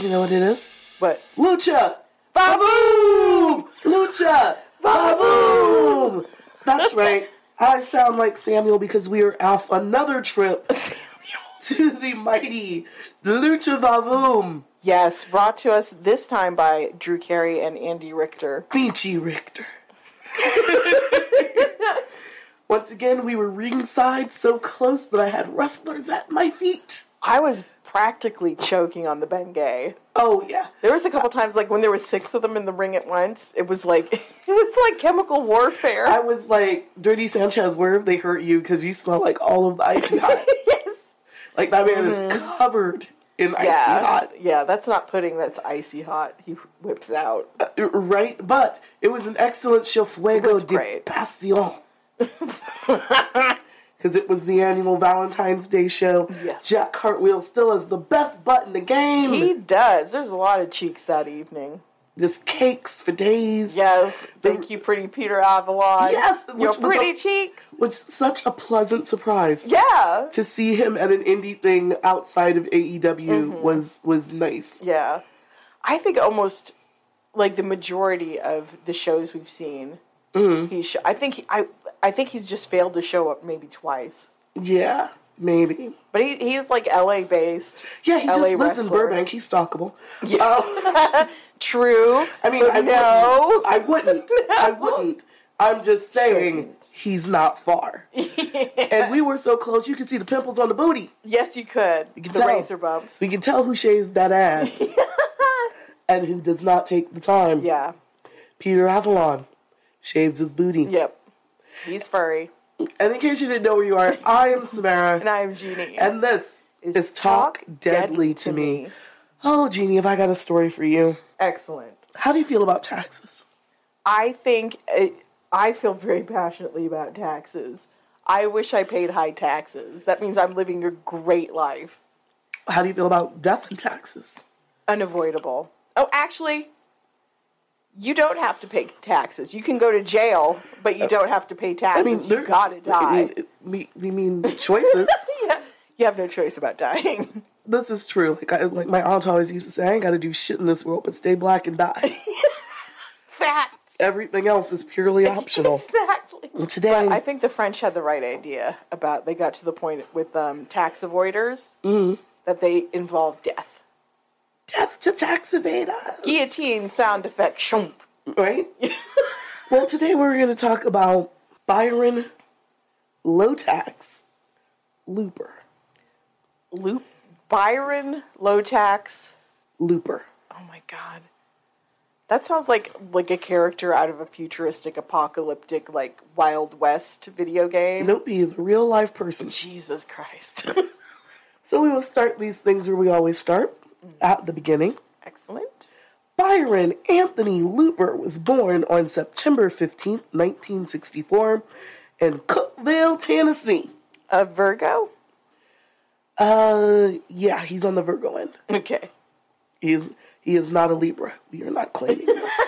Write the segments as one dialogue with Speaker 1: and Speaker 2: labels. Speaker 1: You know what it is? What? Lucha! Vaboom! Lucha! Vaboom! That's right. I sound like Samuel because we are off another trip to the mighty Lucha Vaboom.
Speaker 2: Yes, brought to us this time by Drew Carey and Andy Richter.
Speaker 1: Beachy Richter. Once again, we were ringside so close that I had wrestlers at my feet.
Speaker 2: I was practically choking on the Bengay.
Speaker 1: Oh, yeah.
Speaker 2: There was a couple times, like when there were six of them in the ring at once, it was like it was like chemical warfare.
Speaker 1: I was like, Dirty Sanchez, where have they hurt you? Because you smell like all of the icy hot.
Speaker 2: yes,
Speaker 1: Like that man is covered in icy
Speaker 2: Mm-hmm. yeah,
Speaker 1: hot,
Speaker 2: yeah. That's not pudding. That's icy hot. He whips out.
Speaker 1: right? But it was an excellent show fuego
Speaker 2: was
Speaker 1: de
Speaker 2: great.
Speaker 1: pasión. Because it was the annual Valentine's Day show.
Speaker 2: Yes.
Speaker 1: Jack Cartwheel still is the best butt in the game.
Speaker 2: He does. There's a lot of cheeks that evening.
Speaker 1: Just cakes for days.
Speaker 2: Yes, thank you, pretty Peter Avalon.
Speaker 1: Yes,
Speaker 2: your
Speaker 1: which was
Speaker 2: pretty
Speaker 1: a-
Speaker 2: cheeks.
Speaker 1: Which such a pleasant surprise.
Speaker 2: Yeah,
Speaker 1: To see him at an indie thing outside of AEW
Speaker 2: Mm-hmm.
Speaker 1: was was nice.
Speaker 2: Yeah. I think almost like the majority of the shows we've seen,
Speaker 1: Mm-hmm.
Speaker 2: he sho- I think he, I I think he's just failed to show up maybe twice.
Speaker 1: Yeah, maybe.
Speaker 2: But he he's like LA based.
Speaker 1: Yeah, he
Speaker 2: LA
Speaker 1: just lives in
Speaker 2: wrestler.
Speaker 1: Burbank. He's stalkable.
Speaker 2: Oh. True.
Speaker 1: I mean,
Speaker 2: but
Speaker 1: I
Speaker 2: no.
Speaker 1: wouldn't. I wouldn't. I wouldn't. I'm just saying he's not far. And we were so close, you could see the pimples on the booty.
Speaker 2: yes, you could.
Speaker 1: You
Speaker 2: the
Speaker 1: could tell.
Speaker 2: razor bumps.
Speaker 1: We can tell who shaves that ass and who does not take the time.
Speaker 2: Yeah.
Speaker 1: Peter Avalon shaves his booty.
Speaker 2: Yep. He's furry,
Speaker 1: And in case you didn't know where you are, I am Samara.
Speaker 2: and I am Jeannie.
Speaker 1: and this is, Talk, Deadly, to, me. Oh, Jeannie, have I got a story for you?
Speaker 2: Excellent.
Speaker 1: How do you feel about taxes?
Speaker 2: I think it, I feel very passionately about taxes. I wish I paid high taxes. That means I'm living a great life.
Speaker 1: How do you feel about death and taxes?
Speaker 2: Unavoidable. Oh, actually, you don't have to pay taxes. You can go to jail, but you don't have to pay taxes.
Speaker 1: Oh. there-
Speaker 2: you gotta die.
Speaker 1: I mean, me- you mean choices?
Speaker 2: yeah. You have no choice about dying.
Speaker 1: this is true. Like, I, like my aunt always used to say, I ain't got to do shit in this world but stay black and die.
Speaker 2: Facts.
Speaker 1: Everything else is purely optional.
Speaker 2: Exactly.
Speaker 1: Well, today,
Speaker 2: I think the French had the right idea about they
Speaker 1: Mm-hmm.
Speaker 2: got to the point with um, tax avoiders that they involve death.
Speaker 1: Death to Taxavadas.
Speaker 2: Guillotine sound effect. Shoom.
Speaker 1: Right? well, today we're going to talk about Byron Lotax Looper.
Speaker 2: Loop. Byron Low Tax.
Speaker 1: Looper.
Speaker 2: Oh my god. That sounds like like a character out of a futuristic apocalyptic like Wild West video game.
Speaker 1: Nope, he is a real life person.
Speaker 2: Jesus Christ.
Speaker 1: So we will start these things where we always start at the beginning.
Speaker 2: Excellent.
Speaker 1: Byron Anthony Looper was born on September 15th, 1964, in Cookville, Tennessee.
Speaker 2: A Virgo?
Speaker 1: Uh, yeah, he's on the Virgo end.
Speaker 2: Okay.
Speaker 1: He's he is not a Libra. We are not claiming this.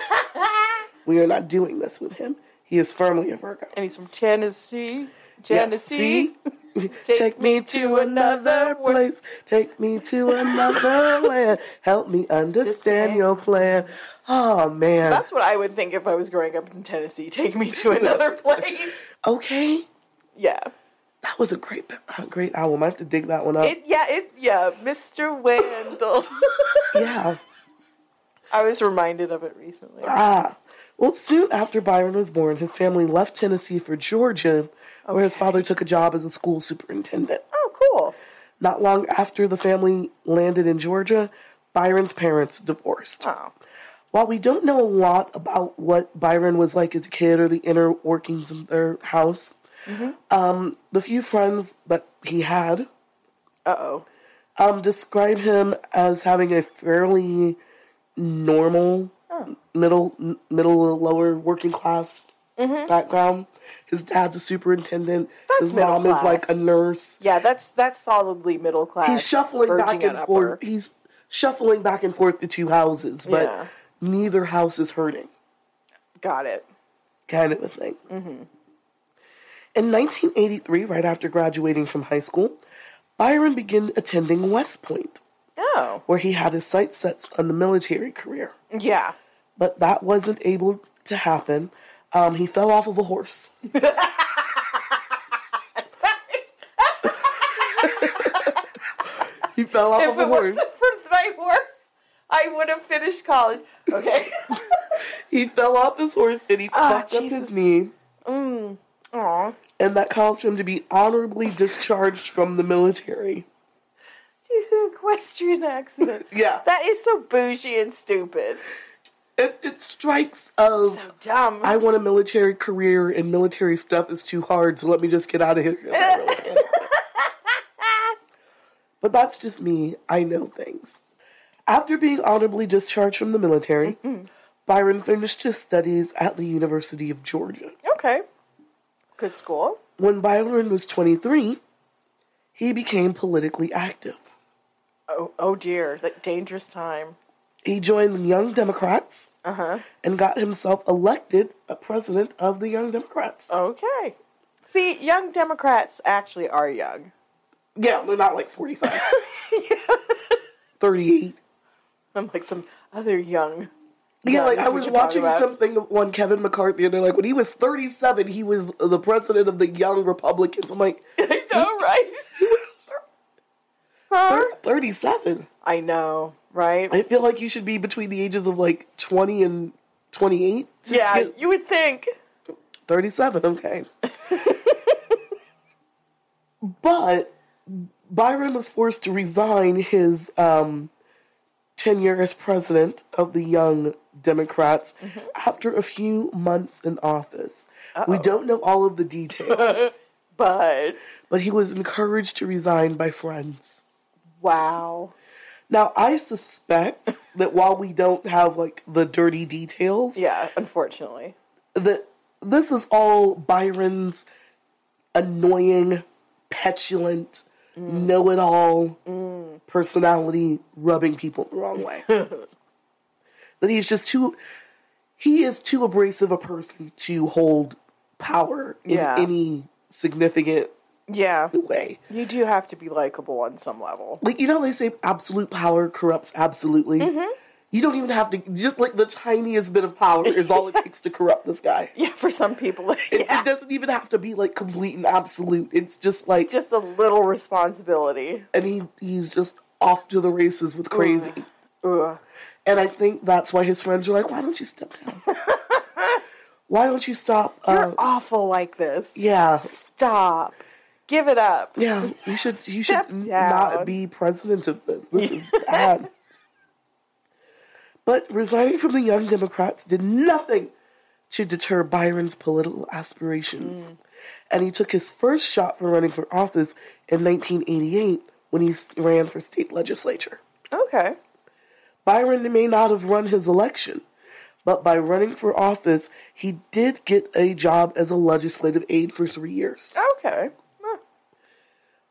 Speaker 1: we are not doing this with him. He is firmly a Virgo.
Speaker 2: And he's from Tennessee.
Speaker 1: Yeah,
Speaker 2: Tennessee.
Speaker 1: see? Take, me to another place. Take me to another land. Help me understand your plan. Oh man.
Speaker 2: That's what I would think if I was growing up in Tennessee. Take me to another place.
Speaker 1: okay.
Speaker 2: Yeah.
Speaker 1: That was a great, a great album. I have to dig that one up.
Speaker 2: It yeah, it yeah, Mr. Wendell.
Speaker 1: yeah.
Speaker 2: I was reminded of it recently.
Speaker 1: Ah. Well, soon after Byron was born, his family left Tennessee for Georgia, where his father took a job as a school superintendent.
Speaker 2: Oh, cool.
Speaker 1: Not long after the family landed in Georgia, Byron's parents divorced.
Speaker 2: Oh.
Speaker 1: While we don't know a lot about what Byron was like as a kid or the inner workings of their house,
Speaker 2: Mm-hmm.
Speaker 1: um, the few friends that he had
Speaker 2: Uh oh.
Speaker 1: um, describe him as having a fairly normal middle n- middle to lower working class
Speaker 2: Mm-hmm.
Speaker 1: background. His dad's a superintendent. His
Speaker 2: middle
Speaker 1: mom is like a
Speaker 2: class.
Speaker 1: nurse.
Speaker 2: Yeah, that's that's solidly middle class.
Speaker 1: He's shuffling
Speaker 2: verging
Speaker 1: back
Speaker 2: on
Speaker 1: and
Speaker 2: upper.
Speaker 1: forth. He's shuffling back and forth the two houses, but
Speaker 2: Yeah.
Speaker 1: neither house is hurting.
Speaker 2: Got it.
Speaker 1: kind of a thing.
Speaker 2: Mm-hmm.
Speaker 1: In 1983, right after graduating from high school, Byron began attending West Point,
Speaker 2: Oh.
Speaker 1: where he had his sights set on the military career.
Speaker 2: Yeah.
Speaker 1: But that wasn't able to happen. Um, he fell off of a horse. he fell off
Speaker 2: If
Speaker 1: of a
Speaker 2: it
Speaker 1: horse.
Speaker 2: wasn't for my horse, I would have finished college. Okay.
Speaker 1: He fell off his horse and he fucked up his
Speaker 2: Ah, Jesus. Mm.
Speaker 1: knee.
Speaker 2: Aw.
Speaker 1: And that caused him to be honorably discharged from the military.
Speaker 2: Due to equestrian accident.
Speaker 1: Yeah.
Speaker 2: That is so bougie and stupid.
Speaker 1: it, it strikes of
Speaker 2: So dumb.
Speaker 1: I want a military career and military stuff is too hard, so let me just get out of here. 'cause I really can't. but that's just me. I know things. After being honorably discharged from the military, Byron finished his studies at the University of Georgia.
Speaker 2: okay. Good school.
Speaker 1: When Byron was 23, he became politically active.
Speaker 2: Oh, oh dear. That dangerous time.
Speaker 1: He joined the Young Democrats
Speaker 2: Uh-huh.
Speaker 1: and got himself elected a president of the Young Democrats.
Speaker 2: Oh. Okay. See, young Democrats actually are young.
Speaker 1: Yeah, they're not like 45. 38.
Speaker 2: I'm like some other young.
Speaker 1: Yeah, like
Speaker 2: that's
Speaker 1: I
Speaker 2: what
Speaker 1: was
Speaker 2: you're
Speaker 1: watching
Speaker 2: talking about.
Speaker 1: something on Kevin McCarthy, and they're like, when he was 37, he was the president of the Young Republicans. I'm like,
Speaker 2: I know, right? Huh?
Speaker 1: 37?
Speaker 2: I know, right?
Speaker 1: I feel like you should be between the ages of like 20 and 28. to
Speaker 2: Yeah,
Speaker 1: get-
Speaker 2: you would think.
Speaker 1: 37, okay. but Byron was forced to resign his um, tenure as president of the Young Democrats after a few months in office. We don't know all of the details,
Speaker 2: But
Speaker 1: but he was encouraged to resign by friends.
Speaker 2: wow.
Speaker 1: Now, I suspect that while we don't have like the dirty details,
Speaker 2: Yeah, unfortunately.
Speaker 1: that this is all Byron's annoying, petulant, know it all personality rubbing people the wrong way. that he's just too he is too abrasive a person to hold power in
Speaker 2: Yeah.
Speaker 1: any significant
Speaker 2: Yeah,
Speaker 1: way.
Speaker 2: you do have to be likable on some level.
Speaker 1: Like you know they say absolute power corrupts absolutely. You don't even have to just like the tiniest bit of power is all it takes to corrupt this guy.
Speaker 2: Yeah, for some people,
Speaker 1: It,
Speaker 2: yeah,
Speaker 1: it doesn't even have to be like complete and absolute. It's just like,
Speaker 2: just a little responsibility.
Speaker 1: and he he's just off to the races with crazy. Ugh. And I think that's why his friends were like, why don't you step down? why don't you stop? Uh,
Speaker 2: You're awful like this.
Speaker 1: yeah.
Speaker 2: Stop. Give it up.
Speaker 1: Yeah. You should, you should
Speaker 2: Step
Speaker 1: not
Speaker 2: down.
Speaker 1: be president of this. This is bad. But resigning from the Young Democrats did nothing to deter Byron's political aspirations.
Speaker 2: Mm.
Speaker 1: And he took his first shot for running for office in 1988 when he s- ran for state legislature.
Speaker 2: Okay.
Speaker 1: Byron may not have run his election, but by running for office, he did get a job as a legislative aide for three years.
Speaker 2: Okay.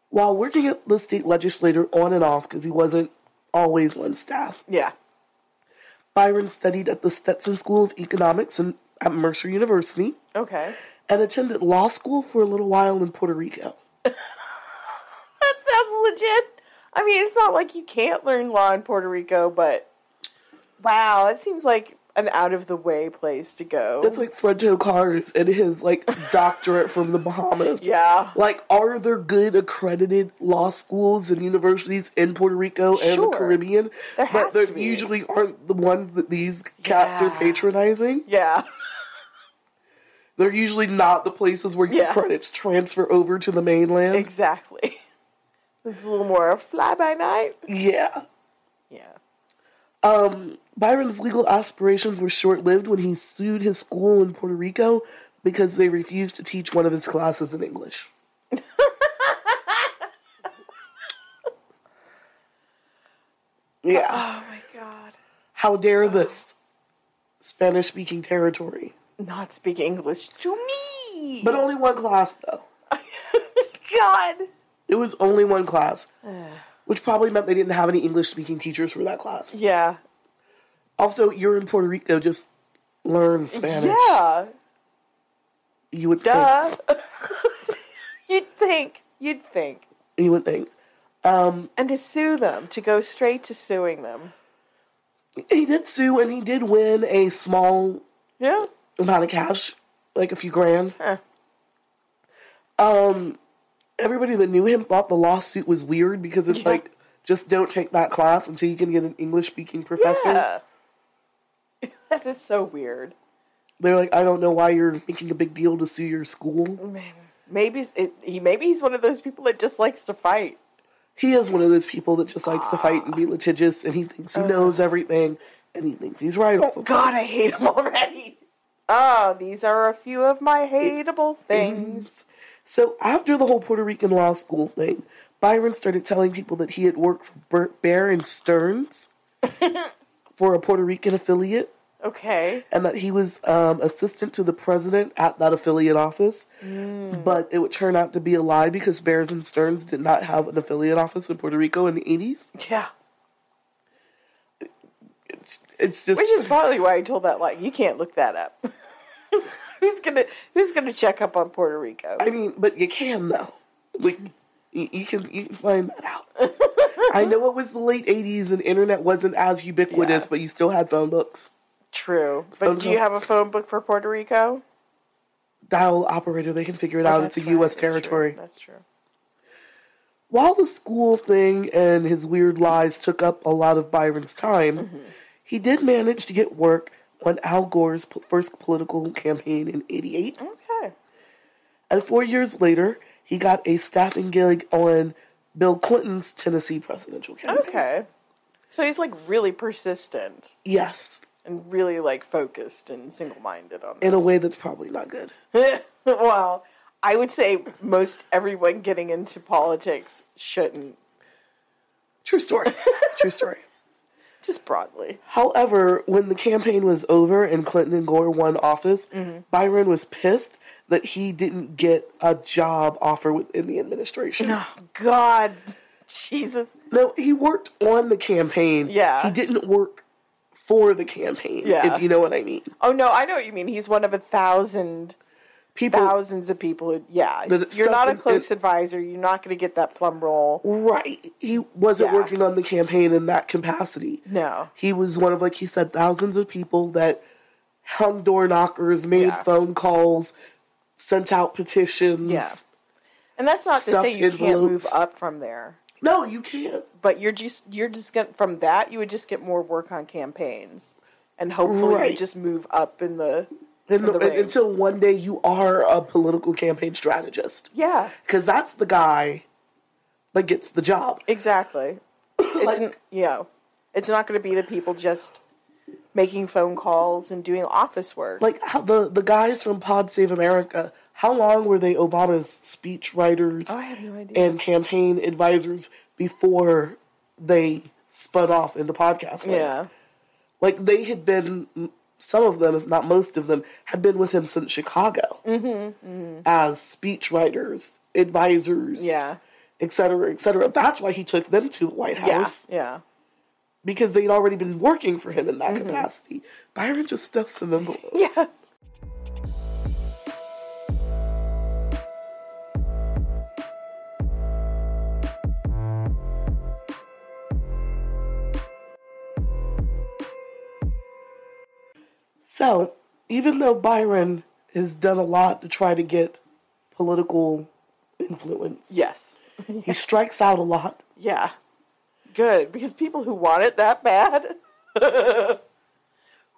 Speaker 1: While working at the state legislature on and off, because he wasn't always on staff,
Speaker 2: Yeah.
Speaker 1: Byron studied at the Stetson School of Economics and at Mercer University
Speaker 2: Okay.
Speaker 1: and attended law school for a little while in Puerto Rico.
Speaker 2: That sounds legit. I mean, it's not like you can't learn law in Puerto Rico, but wow, it seems like an out of the way place to go.
Speaker 1: It's like Fronto Cars and his like doctorate from the Bahamas.
Speaker 2: Yeah.
Speaker 1: Like, are there good accredited law schools and universities in Puerto Rico and
Speaker 2: Sure.
Speaker 1: the Caribbean?
Speaker 2: There
Speaker 1: but
Speaker 2: has
Speaker 1: there
Speaker 2: to be.
Speaker 1: usually aren't the ones that these cats are
Speaker 2: Yeah.
Speaker 1: patronizing.
Speaker 2: yeah.
Speaker 1: They're usually not the places where your
Speaker 2: Yeah.
Speaker 1: credits transfer over to the mainland.
Speaker 2: Exactly. This is a little more fly by night.
Speaker 1: yeah.
Speaker 2: Yeah.
Speaker 1: Byron's legal aspirations were short lived when he sued his school in Puerto Rico because they refused to teach one of his classes in English. yeah.
Speaker 2: Oh my god.
Speaker 1: How dare this Spanish speaking territory?
Speaker 2: Not speak English to me.
Speaker 1: But only one class, though.
Speaker 2: God.
Speaker 1: It was only one class, which probably meant they didn't have any English speaking teachers for that class.
Speaker 2: Yeah.
Speaker 1: Also, you're in Puerto Rico, just learn Spanish.
Speaker 2: Yeah.
Speaker 1: You would think.
Speaker 2: Duh. you'd think. You'd think.
Speaker 1: You would think.
Speaker 2: And to sue them, to go straight to suing them.
Speaker 1: He did sue and he did win a small
Speaker 2: Yeah.
Speaker 1: amount of cash, like a few grand.
Speaker 2: Huh.
Speaker 1: Um, everybody that knew him thought the lawsuit was weird because it's
Speaker 2: Yeah.
Speaker 1: like just don't take that class until you can get an English speaking professor.
Speaker 2: Yeah. that is so weird.
Speaker 1: They're like, I don't know why you're making a big deal to sue your school.
Speaker 2: Maybe it, he maybe he's one of those people that just likes to fight.
Speaker 1: He is one of those people that just likes to fight and be litigious, and he thinks he
Speaker 2: Uh.
Speaker 1: knows everything, and he thinks he's right all the time.
Speaker 2: God, I hate him already. Oh, these are a few of my hateable things.
Speaker 1: So after the whole Puerto Rican law school thing, Byron started telling people that he had worked for Bert Bear and Stearns for a Puerto Rican affiliate,
Speaker 2: Okay.
Speaker 1: and that he was um, assistant to the president at that affiliate office.
Speaker 2: Mm.
Speaker 1: But it would turn out to be a lie because Bears and Stearns did not have an affiliate office in Puerto Rico in the eighties.
Speaker 2: Yeah.
Speaker 1: It's just
Speaker 2: Which is probably why I told that lie. You can't look that up. who's gonna Who's gonna check up on Puerto Rico?
Speaker 1: I mean, but you can though. Like you, you can you can find that out. I know it was the late '80s and internet wasn't as ubiquitous,
Speaker 2: Yeah.
Speaker 1: but you still had phone books.
Speaker 2: True,
Speaker 1: Phone
Speaker 2: but do you
Speaker 1: book.
Speaker 2: have a phone book for Puerto Rico?
Speaker 1: Dial operator; they can figure it out. It's
Speaker 2: Oh, That's
Speaker 1: a
Speaker 2: right,
Speaker 1: U.S.
Speaker 2: that's true,
Speaker 1: territory.
Speaker 2: That's true.
Speaker 1: While the school thing and his weird lies took up a lot of Byron's time, he did manage to get work on Al Gore's po- first political campaign in '88.
Speaker 2: Okay.
Speaker 1: And four years later, he got a staffing gig on Bill Clinton's Tennessee presidential campaign.
Speaker 2: Okay. So he's like really persistent
Speaker 1: Yes,
Speaker 2: and really like focused and single minded on this.
Speaker 1: in a way that's probably not good.
Speaker 2: well, I would say most everyone getting into politics shouldn't,
Speaker 1: True story. True story.
Speaker 2: just broadly.
Speaker 1: However, when the campaign was over and Clinton and Gore won office, Byron was pissed that he didn't get a job offer within the administration. No,
Speaker 2: Oh, God, Jesus.
Speaker 1: he worked on the campaign.
Speaker 2: Yeah.
Speaker 1: He didn't work for the campaign,
Speaker 2: Yeah.
Speaker 1: if you know what I mean.
Speaker 2: Oh no, I know what you mean. He's one of a thousand,
Speaker 1: People
Speaker 2: thousands of people. Who, yeah,
Speaker 1: That it's
Speaker 2: you're not a
Speaker 1: stuff in-
Speaker 2: close
Speaker 1: it-
Speaker 2: advisor. You're not going to get that plum roll.
Speaker 1: Right. He wasn't
Speaker 2: Yeah.
Speaker 1: working on the campaign in that capacity.
Speaker 2: No.
Speaker 1: He was one of, like he said, thousands of people that hung door knockers, made
Speaker 2: Yeah.
Speaker 1: phone calls, sent out petitions.
Speaker 2: Yeah. And that's not to
Speaker 1: Stuffed
Speaker 2: say you can't move
Speaker 1: envelopes.
Speaker 2: up from there.
Speaker 1: No, you can't.
Speaker 2: But you're just you're just going from that you would just get more work on campaigns, and hopefully you
Speaker 1: Right.
Speaker 2: just move up in the
Speaker 1: And-
Speaker 2: For the
Speaker 1: and-
Speaker 2: raise.
Speaker 1: until one day you are a political campaign strategist.
Speaker 2: yeah
Speaker 1: Because that's the guy that gets the job.
Speaker 2: exactly. It's n you know, it's not going to be the people just making phone calls and doing office work.
Speaker 1: Like how the, the guys from Pod Save America, how long were they Obama's speech writers
Speaker 2: Oh, I have no idea.
Speaker 1: and campaign advisors before they spun off into podcasting?
Speaker 2: yeah,
Speaker 1: Like they had been, some of them, if not most of them, had been with him since Chicago
Speaker 2: Mm-hmm,
Speaker 1: as speech writers, advisors,
Speaker 2: Yeah.
Speaker 1: et cetera, et cetera. That's why he took them to the White
Speaker 2: yeah,
Speaker 1: House.
Speaker 2: yeah.
Speaker 1: because they'd already been working for him in that capacity. Byron just stuffs some envelopes.
Speaker 2: Yeah.
Speaker 1: So, even though Byron has done a lot to try to get political influence,
Speaker 2: Yes.
Speaker 1: he strikes out a lot.
Speaker 2: Yeah. Good, because people who want it that bad.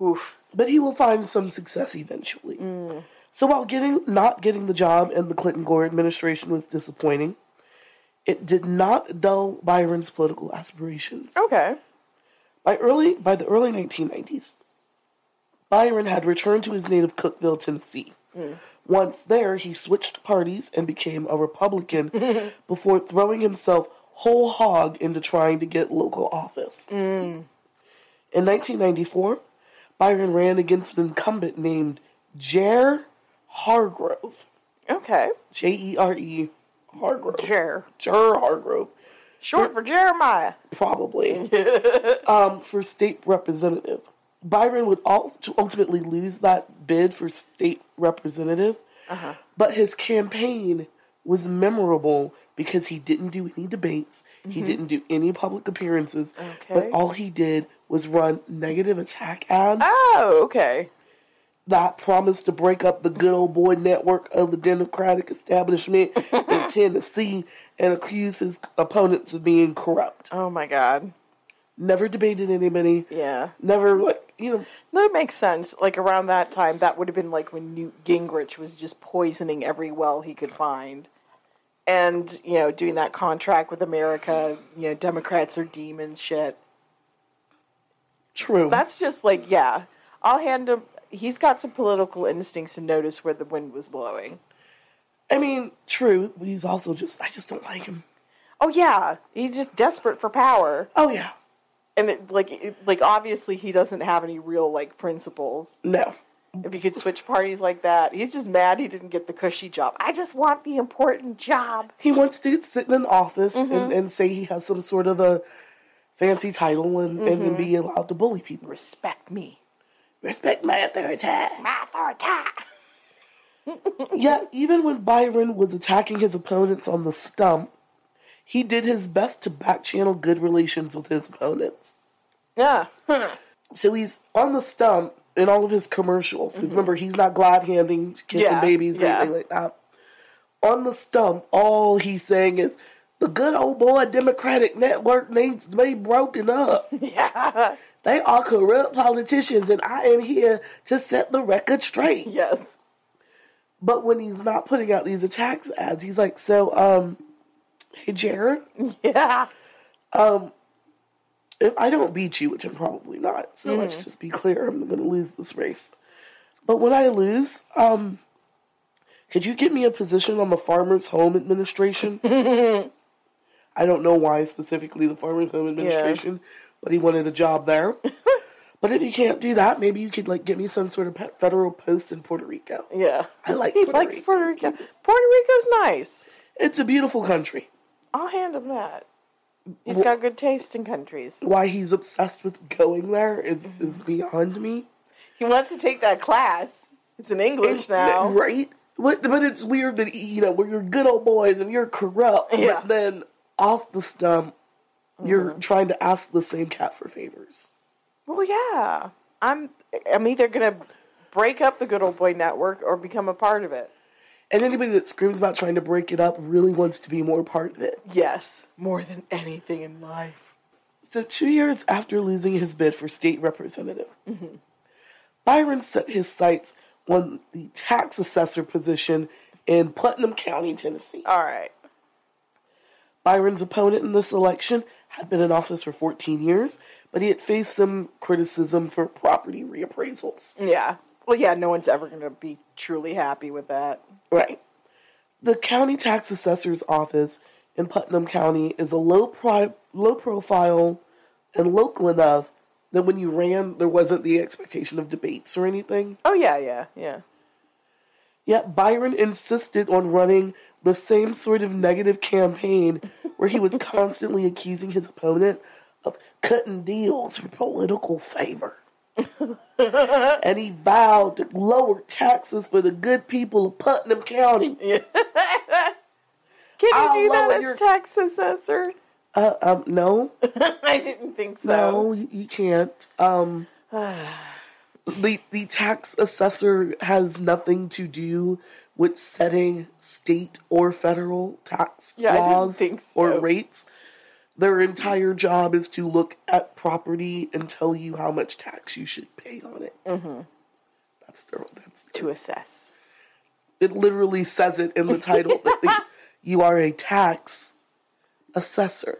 Speaker 2: Oof.
Speaker 1: But he will find some success eventually. So while getting not getting the job in the Clinton Gore administration was disappointing, it did not dull Byron's political aspirations.
Speaker 2: Okay.
Speaker 1: By early by the early 1990s, Byron had returned to his native Cookville, Tennessee. Once there, he switched parties and became a Republican before throwing himself whole hog into trying to get local office. In 1994, Byron ran against an incumbent named Jer Hargrove,
Speaker 2: Okay.
Speaker 1: J E R E Hargrove,
Speaker 2: Jer.
Speaker 1: Jer Hargrove,
Speaker 2: Short for Jeremiah.
Speaker 1: probably um, for state representative. Byron would all to ultimately lose that bid for state representative,
Speaker 2: Uh-huh.
Speaker 1: but his campaign was memorable because he didn't do any debates, he didn't do any public appearances,
Speaker 2: Mm-hmm. Okay.
Speaker 1: but all he did was run negative attack ads
Speaker 2: Oh, okay.
Speaker 1: that promised to break up the good old boy network of the Democratic establishment in Tennessee and accuse his opponents of being corrupt.
Speaker 2: Oh my god.
Speaker 1: Never debated anybody
Speaker 2: Yeah.
Speaker 1: never like you know
Speaker 2: That makes sense. Like around that time, that would have been like when Newt Gingrich was just poisoning every well he could find. And, you know, doing that contract with America, you know, Democrats are demons shit.
Speaker 1: true
Speaker 2: That's just like, yeah. I'll hand him he's got some political instincts to notice where the wind was blowing.
Speaker 1: i mean true but he's also just i just don't like him
Speaker 2: Oh yeah, he's just desperate for power,
Speaker 1: oh yeah
Speaker 2: and it, like it, like obviously he doesn't have any real like principles.
Speaker 1: no
Speaker 2: If you could switch parties like that, he's just mad he didn't get the cushy job. I just want the important job.
Speaker 1: he wants to sit in an office
Speaker 2: Mm-hmm.
Speaker 1: and, and say he has some sort of a fancy title and, and
Speaker 2: Mm-hmm.
Speaker 1: then be allowed to bully people
Speaker 2: Respect me,
Speaker 1: respect my authority
Speaker 2: my authority.
Speaker 1: yeah even when byron was attacking his opponents on the stump he did his best to back channel good relations with his opponents
Speaker 2: Yeah,
Speaker 1: so he's on the stump in all of his commercials. 'Cause Remember, he's not glad handing, kissing
Speaker 2: Mm-hmm. Yeah,
Speaker 1: babies,
Speaker 2: yeah.
Speaker 1: anything like that. On the stump, all he's saying is, the good old boy Democratic network needs to be broken up.
Speaker 2: yeah,
Speaker 1: They are corrupt politicians, and I am here to set the record straight.
Speaker 2: yes,
Speaker 1: But when he's not putting out these attacks ads, he's like, so, um, hey, Jared,
Speaker 2: yeah,
Speaker 1: if I don't beat you, which I'm probably not,
Speaker 2: Mm-hmm.
Speaker 1: so let's just be clear, I'm going to lose this race. But when I lose, um, could you get me a position on the Farmers Home Administration? I don't know why specifically the Farmers Home Administration, but he wanted a job there. but if you can't do that, maybe you could like get me some sort of pe- federal post in Puerto Rico.
Speaker 2: yeah.
Speaker 1: I like
Speaker 2: he
Speaker 1: Puerto
Speaker 2: likes
Speaker 1: Rico.
Speaker 2: Puerto Rico. Puerto Rico's nice.
Speaker 1: It's a beautiful country.
Speaker 2: I'll hand him that. He's got good taste in countries.
Speaker 1: Why he's obsessed with going there is
Speaker 2: Mm-hmm.
Speaker 1: is beyond me.
Speaker 2: He wants to take that class. It's in English now.
Speaker 1: Right? But, but it's weird that, you know, when you're good old boys and you're corrupt,
Speaker 2: Yeah. Mm-hmm.
Speaker 1: but then off the stump, you're trying to ask the same cat for favors.
Speaker 2: Well, yeah. I'm I'm either gonna break up the good old boy network or become a part of it.
Speaker 1: And anybody that screams about trying to break it up really wants to be more part of it.
Speaker 2: Yes, more than anything in life.
Speaker 1: So, two years after losing his bid for state representative,
Speaker 2: Mm-hmm.
Speaker 1: Byron set his sights on the tax assessor position in Putnam County, Tennessee.
Speaker 2: All right.
Speaker 1: Byron's opponent in this election had been in office for 14 years, but he had faced some criticism for property reappraisals.
Speaker 2: Yeah. Well, yeah, no one's ever going to be truly happy with that.
Speaker 1: Right. The county tax assessor's office in Putnam County is a low pri- low profile and local enough that when you ran, there wasn't the expectation of debates or anything.
Speaker 2: Oh, yeah, yeah, yeah.
Speaker 1: Yet Byron insisted on running the same sort of negative campaign where he was constantly accusing his opponent of cutting deals for political favor. and he vowed to lower taxes for the good people of Putnam County.
Speaker 2: Can you
Speaker 1: I'll
Speaker 2: do that
Speaker 1: lower
Speaker 2: as
Speaker 1: your-
Speaker 2: tax assessor?
Speaker 1: Uh, um, no,
Speaker 2: I didn't think so.
Speaker 1: no, you you can't. Um, the the tax assessor has nothing to do with setting state or federal tax
Speaker 2: Yeah, I didn't
Speaker 1: laws
Speaker 2: think so.
Speaker 1: or rates. Their entire job is to look at property and tell you how much tax you should pay on it. Mm-hmm. That's their. That's their-
Speaker 2: To assess.
Speaker 1: it. Literally says it in the title. that they- you are a tax assessor.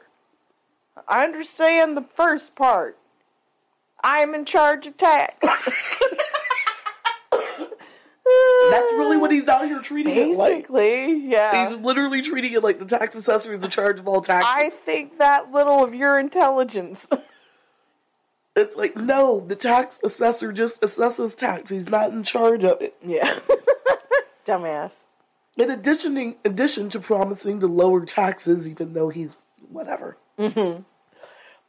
Speaker 2: I understand the first part. I'm in charge of tax.
Speaker 1: That's really what he's out here treating it like.
Speaker 2: Basically, yeah.
Speaker 1: He's literally treating it like the tax assessor is in charge of all
Speaker 2: I
Speaker 1: taxes.
Speaker 2: think that little of your intelligence.
Speaker 1: it's like, no, the tax assessor just assesses tax. He's not in charge of it.
Speaker 2: Yeah. Dumbass.
Speaker 1: In addition, in addition to promising to lower taxes, even though he's whatever,
Speaker 2: Mm-hmm.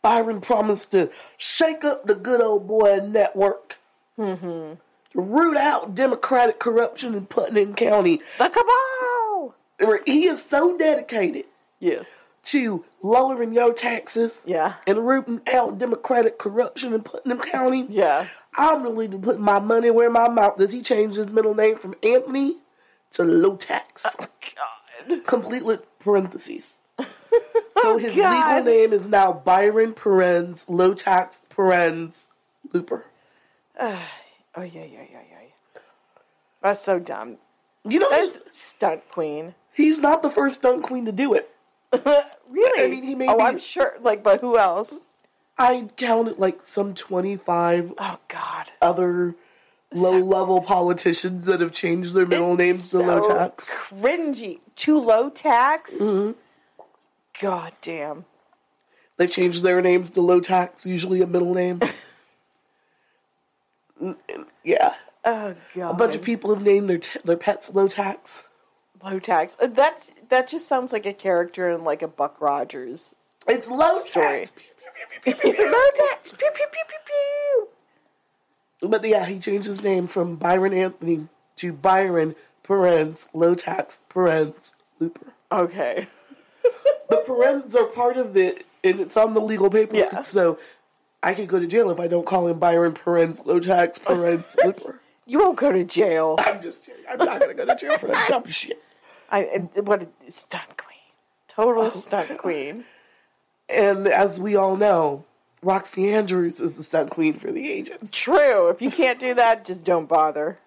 Speaker 1: Byron promised to shake up the good old boy network,
Speaker 2: Mm-hmm.
Speaker 1: to root out Democratic corruption in Putnam County.
Speaker 2: The cabal!
Speaker 1: Where He is so dedicated
Speaker 2: Yes.
Speaker 1: to lowering your taxes
Speaker 2: Yeah.
Speaker 1: and rooting out Democratic corruption in Putnam County.
Speaker 2: Yeah.
Speaker 1: I'm willing to put my money where my mouth is. He changed his middle name from Anthony to Low Tax.
Speaker 2: Oh, God. Oh,
Speaker 1: Completely parentheses. So his legal
Speaker 2: God.
Speaker 1: name is now Byron Perens Low Tax Perens Looper.
Speaker 2: Oh, yeah, yeah, yeah, yeah. yeah. That's so dumb.
Speaker 1: You know,
Speaker 2: That's
Speaker 1: he's,
Speaker 2: stunt queen.
Speaker 1: he's not the first stunt queen to do it.
Speaker 2: Really?
Speaker 1: I mean, he may
Speaker 2: Oh,
Speaker 1: be-
Speaker 2: I'm sure. Like, but who else?
Speaker 1: I counted like some 25
Speaker 2: Oh, God.
Speaker 1: other low level politicians that have changed their middle names to Low
Speaker 2: So
Speaker 1: Tax.
Speaker 2: Cringy. Too low tax? Mm-hmm. God damn.
Speaker 1: They've changed their names to low tax, usually a middle name. N- n- yeah.
Speaker 2: Oh, God.
Speaker 1: A bunch of people have named their t- their pets low tax.
Speaker 2: Low tax. Uh, That's that just sounds like a character in like a Buck Rogers
Speaker 1: It's low
Speaker 2: story.
Speaker 1: tax.
Speaker 2: low tax. Pew, pew, pew, pew, pew.
Speaker 1: But yeah, he changed his name from Byron Anthony to Byron Perens Low Tax Perens Looper.
Speaker 2: Okay.
Speaker 1: The Perens are part of it, and it's on the legal paperwork.
Speaker 2: Yeah.
Speaker 1: So I could go to jail if I don't call him Byron Perens Low Tax Perens Looper.
Speaker 2: You won't go to jail.
Speaker 1: I'm just kidding. I'm not gonna go to jail for that dumb shit.
Speaker 2: I it- what a stunt queen.
Speaker 1: Oh.
Speaker 2: Total stunt queen.
Speaker 1: And as we all know, Roxy Andrews is the stunt queen for the ages.
Speaker 2: True. If you can't do that, just don't bother.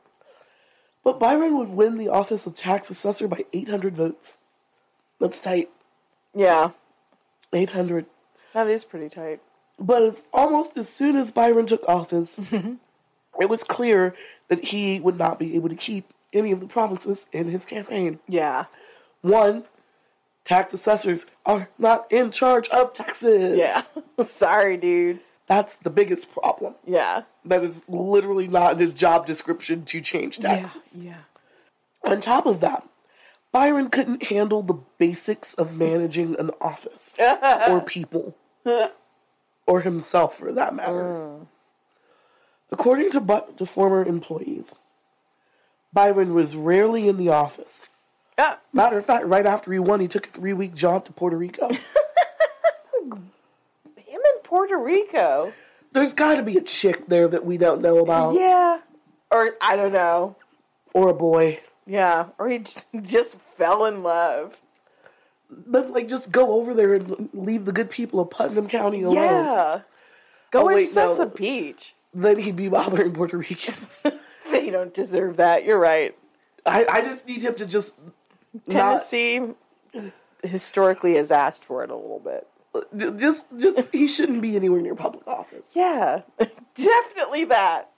Speaker 1: But Byron would win the office of tax assessor by 800 votes. That's tight.
Speaker 2: Yeah.
Speaker 1: 800.
Speaker 2: That is pretty tight.
Speaker 1: But it's almost as soon as Byron took office,
Speaker 2: Mm-hmm.
Speaker 1: it was clear that he would not be able to keep any of the promises in his campaign.
Speaker 2: Yeah.
Speaker 1: One, tax assessors are not in charge of taxes.
Speaker 2: Yeah. Sorry, dude.
Speaker 1: That's the biggest problem.
Speaker 2: Yeah.
Speaker 1: That is literally not in his job description to change taxes.
Speaker 2: Yeah.
Speaker 1: On top of that, Byron couldn't handle the basics of managing an office or people or himself for that matter. According to, bu- to former employees, Byron was rarely in the office.
Speaker 2: Yeah.
Speaker 1: Matter of fact, right after he won, he took a three week jaunt to Puerto Rico.
Speaker 2: Him in Puerto Rico.
Speaker 1: There's got to be a chick there that we don't know about
Speaker 2: Yeah. Or I don't know.
Speaker 1: or a boy.
Speaker 2: Yeah, or he just, just fell in love.
Speaker 1: But like, just go over there and leave the good people of Putnam County alone.
Speaker 2: Yeah. Go
Speaker 1: Oh,
Speaker 2: with
Speaker 1: wait, no.
Speaker 2: Sessa Peach.
Speaker 1: Then he'd be bothering Puerto Ricans.
Speaker 2: They don't deserve that. You're right.
Speaker 1: I, I just need him to just not,
Speaker 2: Tennessee historically has asked for it a little bit.
Speaker 1: just just he shouldn't be anywhere near public office.
Speaker 2: Yeah, definitely that.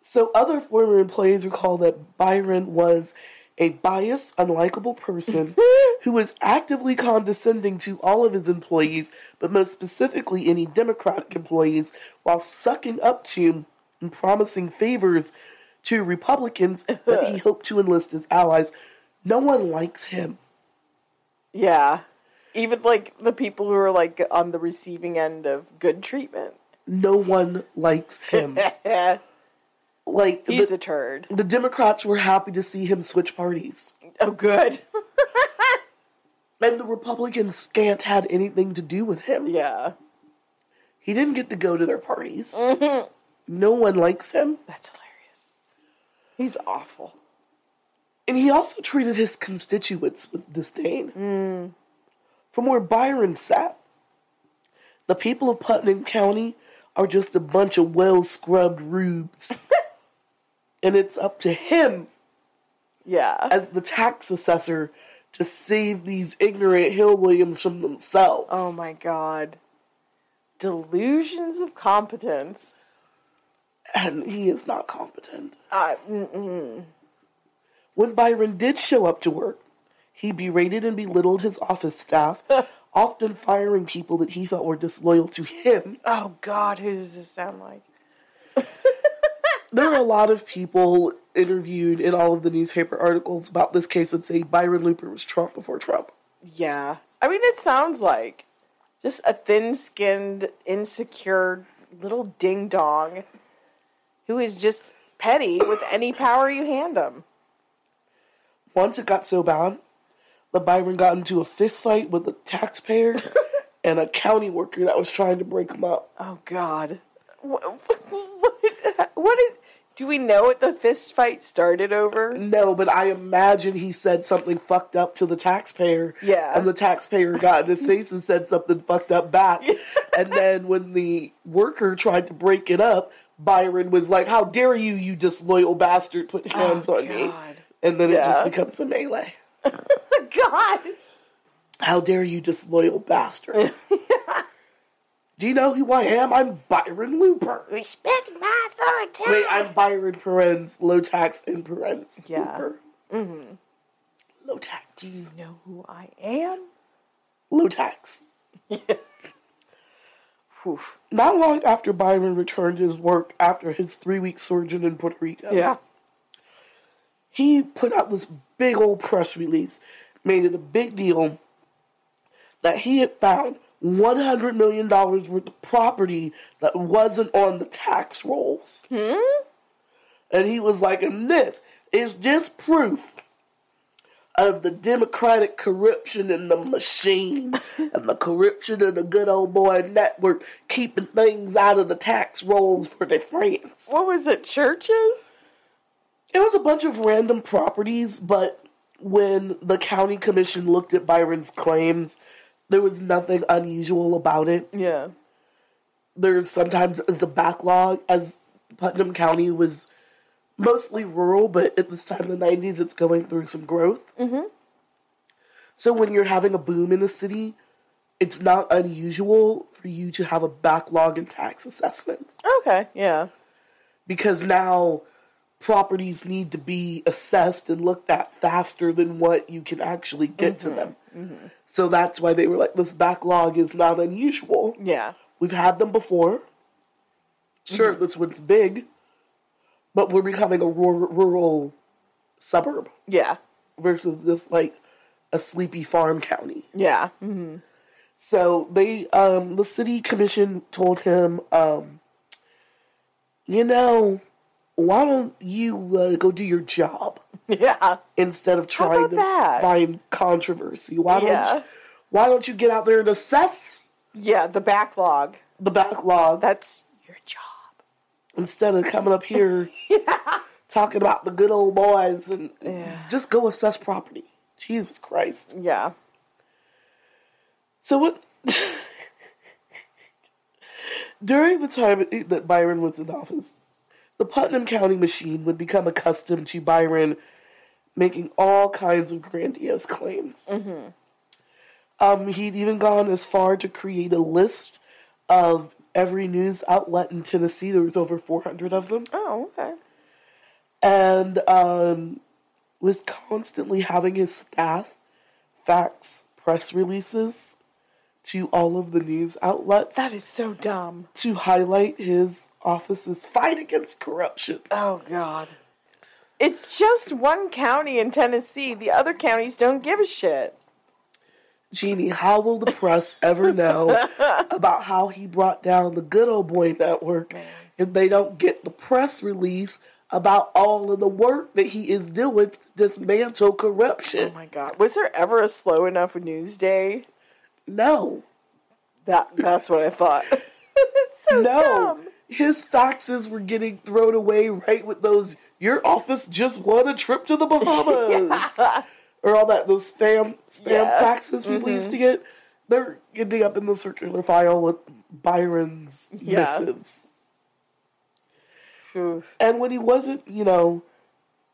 Speaker 1: So other former employees recall that Byron was a biased, unlikable person who was actively condescending to all of his employees, but most specifically any Democratic employees, while sucking up to and promising favors to Republicans that he hoped to enlist as allies. No one likes him.
Speaker 2: Yeah, even like the people who are like on the receiving end of good treatment.
Speaker 1: No one likes him.
Speaker 2: Yeah,
Speaker 1: like
Speaker 2: he's
Speaker 1: the,
Speaker 2: a turd.
Speaker 1: the Democrats were happy to see him switch parties.
Speaker 2: Oh, good.
Speaker 1: And the Republicans scant had anything to do with him.
Speaker 2: Yeah,
Speaker 1: He didn't get to go to their parties. No one likes him.
Speaker 2: that's hilarious. He's awful.
Speaker 1: And he also treated his constituents with disdain. From where Byron sat, the people of Putnam County are just a bunch of well scrubbed rubes. and it's up to him
Speaker 2: Yeah,
Speaker 1: as the tax assessor to save these ignorant Hill Williams from themselves.
Speaker 2: Oh my god. Delusions of competence.
Speaker 1: and he is not competent.
Speaker 2: Uh,
Speaker 1: When Byron did show up to work, he berated and belittled his office staff, often firing people that he felt were disloyal to him.
Speaker 2: oh god, who does this sound like?
Speaker 1: There are a lot of people interviewed in all of the newspaper articles about this case that say Byron Looper was Trump before Trump.
Speaker 2: Yeah. I mean, it sounds like just a thin skinned, insecure little ding dong who is just petty with any power you hand him.
Speaker 1: Once it got so bad that Byron got into a fist fight with a taxpayer and a county worker that was trying to break him up.
Speaker 2: Oh god. What, what, what is, do we know what the fist fight started over?
Speaker 1: No, but I imagine he said something fucked up to the taxpayer.
Speaker 2: Yeah.
Speaker 1: And the taxpayer got in his face and said something fucked up back. And then when the worker tried to break it up, Byron was like, How dare you, you disloyal bastard, put hands on me.
Speaker 2: Oh, God.
Speaker 1: And then
Speaker 2: Yeah.
Speaker 1: it just becomes a melee.
Speaker 2: God!
Speaker 1: How dare you, disloyal bastard. Do you know who I am? I'm Byron Looper.
Speaker 3: Respect my authority.
Speaker 1: Wait, I'm Byron Perens, low tax and Perens.
Speaker 2: Yeah.
Speaker 1: Looper. Mm-hmm. Low tax.
Speaker 2: You know who I am?
Speaker 1: low tax. Not long after Byron returned to his work after his three week sojourn in Puerto Rico,
Speaker 2: Yeah.
Speaker 1: he put out this big old press release, made it a big deal that he had found $100 million worth of property that wasn't on the tax rolls. Hmm? And he was like, and this is just proof of the democratic corruption in the machine and the corruption of the good old boy network keeping things out of the tax rolls for their friends.
Speaker 2: What was it? Churches?
Speaker 1: It was a bunch of random properties, but when the county commission looked at Byron's claims, there was nothing unusual about it.
Speaker 2: Yeah.
Speaker 1: There's sometimes as a backlog as Putnam County was mostly rural, but at this time in the 90s, it's going through some growth. Mm-hmm. So when you're having a boom in a city, it's not unusual for you to have a backlog in tax assessments
Speaker 2: Okay. Yeah.
Speaker 1: because now properties need to be assessed and looked at faster than what you can actually get to them. So that's why they were like, this backlog is not unusual.
Speaker 2: Yeah.
Speaker 1: We've had them before. Sure, this one's big, but we're becoming a rur- rural suburb
Speaker 2: Yeah.
Speaker 1: versus this like a sleepy farm county.
Speaker 2: Yeah.
Speaker 1: So they, um, the city commission told him, um, you know, why don't you uh, go do your job
Speaker 2: Yeah.
Speaker 1: instead of trying
Speaker 2: about
Speaker 1: to
Speaker 2: that?
Speaker 1: find controversy? Why don't
Speaker 2: Yeah.
Speaker 1: you, why don't you get out there and assess
Speaker 2: Yeah. The backlog.
Speaker 1: the backlog
Speaker 2: That's your job.
Speaker 1: instead of coming up here talking about the good old boys and just go assess property. Jesus Christ.
Speaker 2: Yeah.
Speaker 1: So what? During the time that Byron was in office, the Putnam County machine would become accustomed to Byron making all kinds of grandiose claims. Um, he'd even gone as far to create a list of every news outlet in Tennessee. There was over 400 of them
Speaker 2: Oh, okay.
Speaker 1: and um, was constantly having his staff fax press releases to all of the news outlets
Speaker 2: That is so dumb.
Speaker 1: to highlight his office's fight against corruption.
Speaker 2: Oh God. It's just one county in Tennessee. The other counties don't give a shit.
Speaker 1: Jeannie, how will the press ever know about how he brought down the good old boy network if they don't get the press release about all of the work that he is doing to dismantle corruption?
Speaker 2: Oh my God. Was there ever a slow enough news day?
Speaker 1: No.
Speaker 2: That that's what I thought. it's so
Speaker 1: No.
Speaker 2: dumb.
Speaker 1: His faxes were getting thrown away right with those your office just won a trip to the Bahamas. Or all that those spam spam
Speaker 2: Yeah. Mm-hmm.
Speaker 1: faxes we used to get. They're ending up in the circular file with Byron's
Speaker 2: Yeah.
Speaker 1: missives.
Speaker 2: Oof.
Speaker 1: And when he wasn't, you know,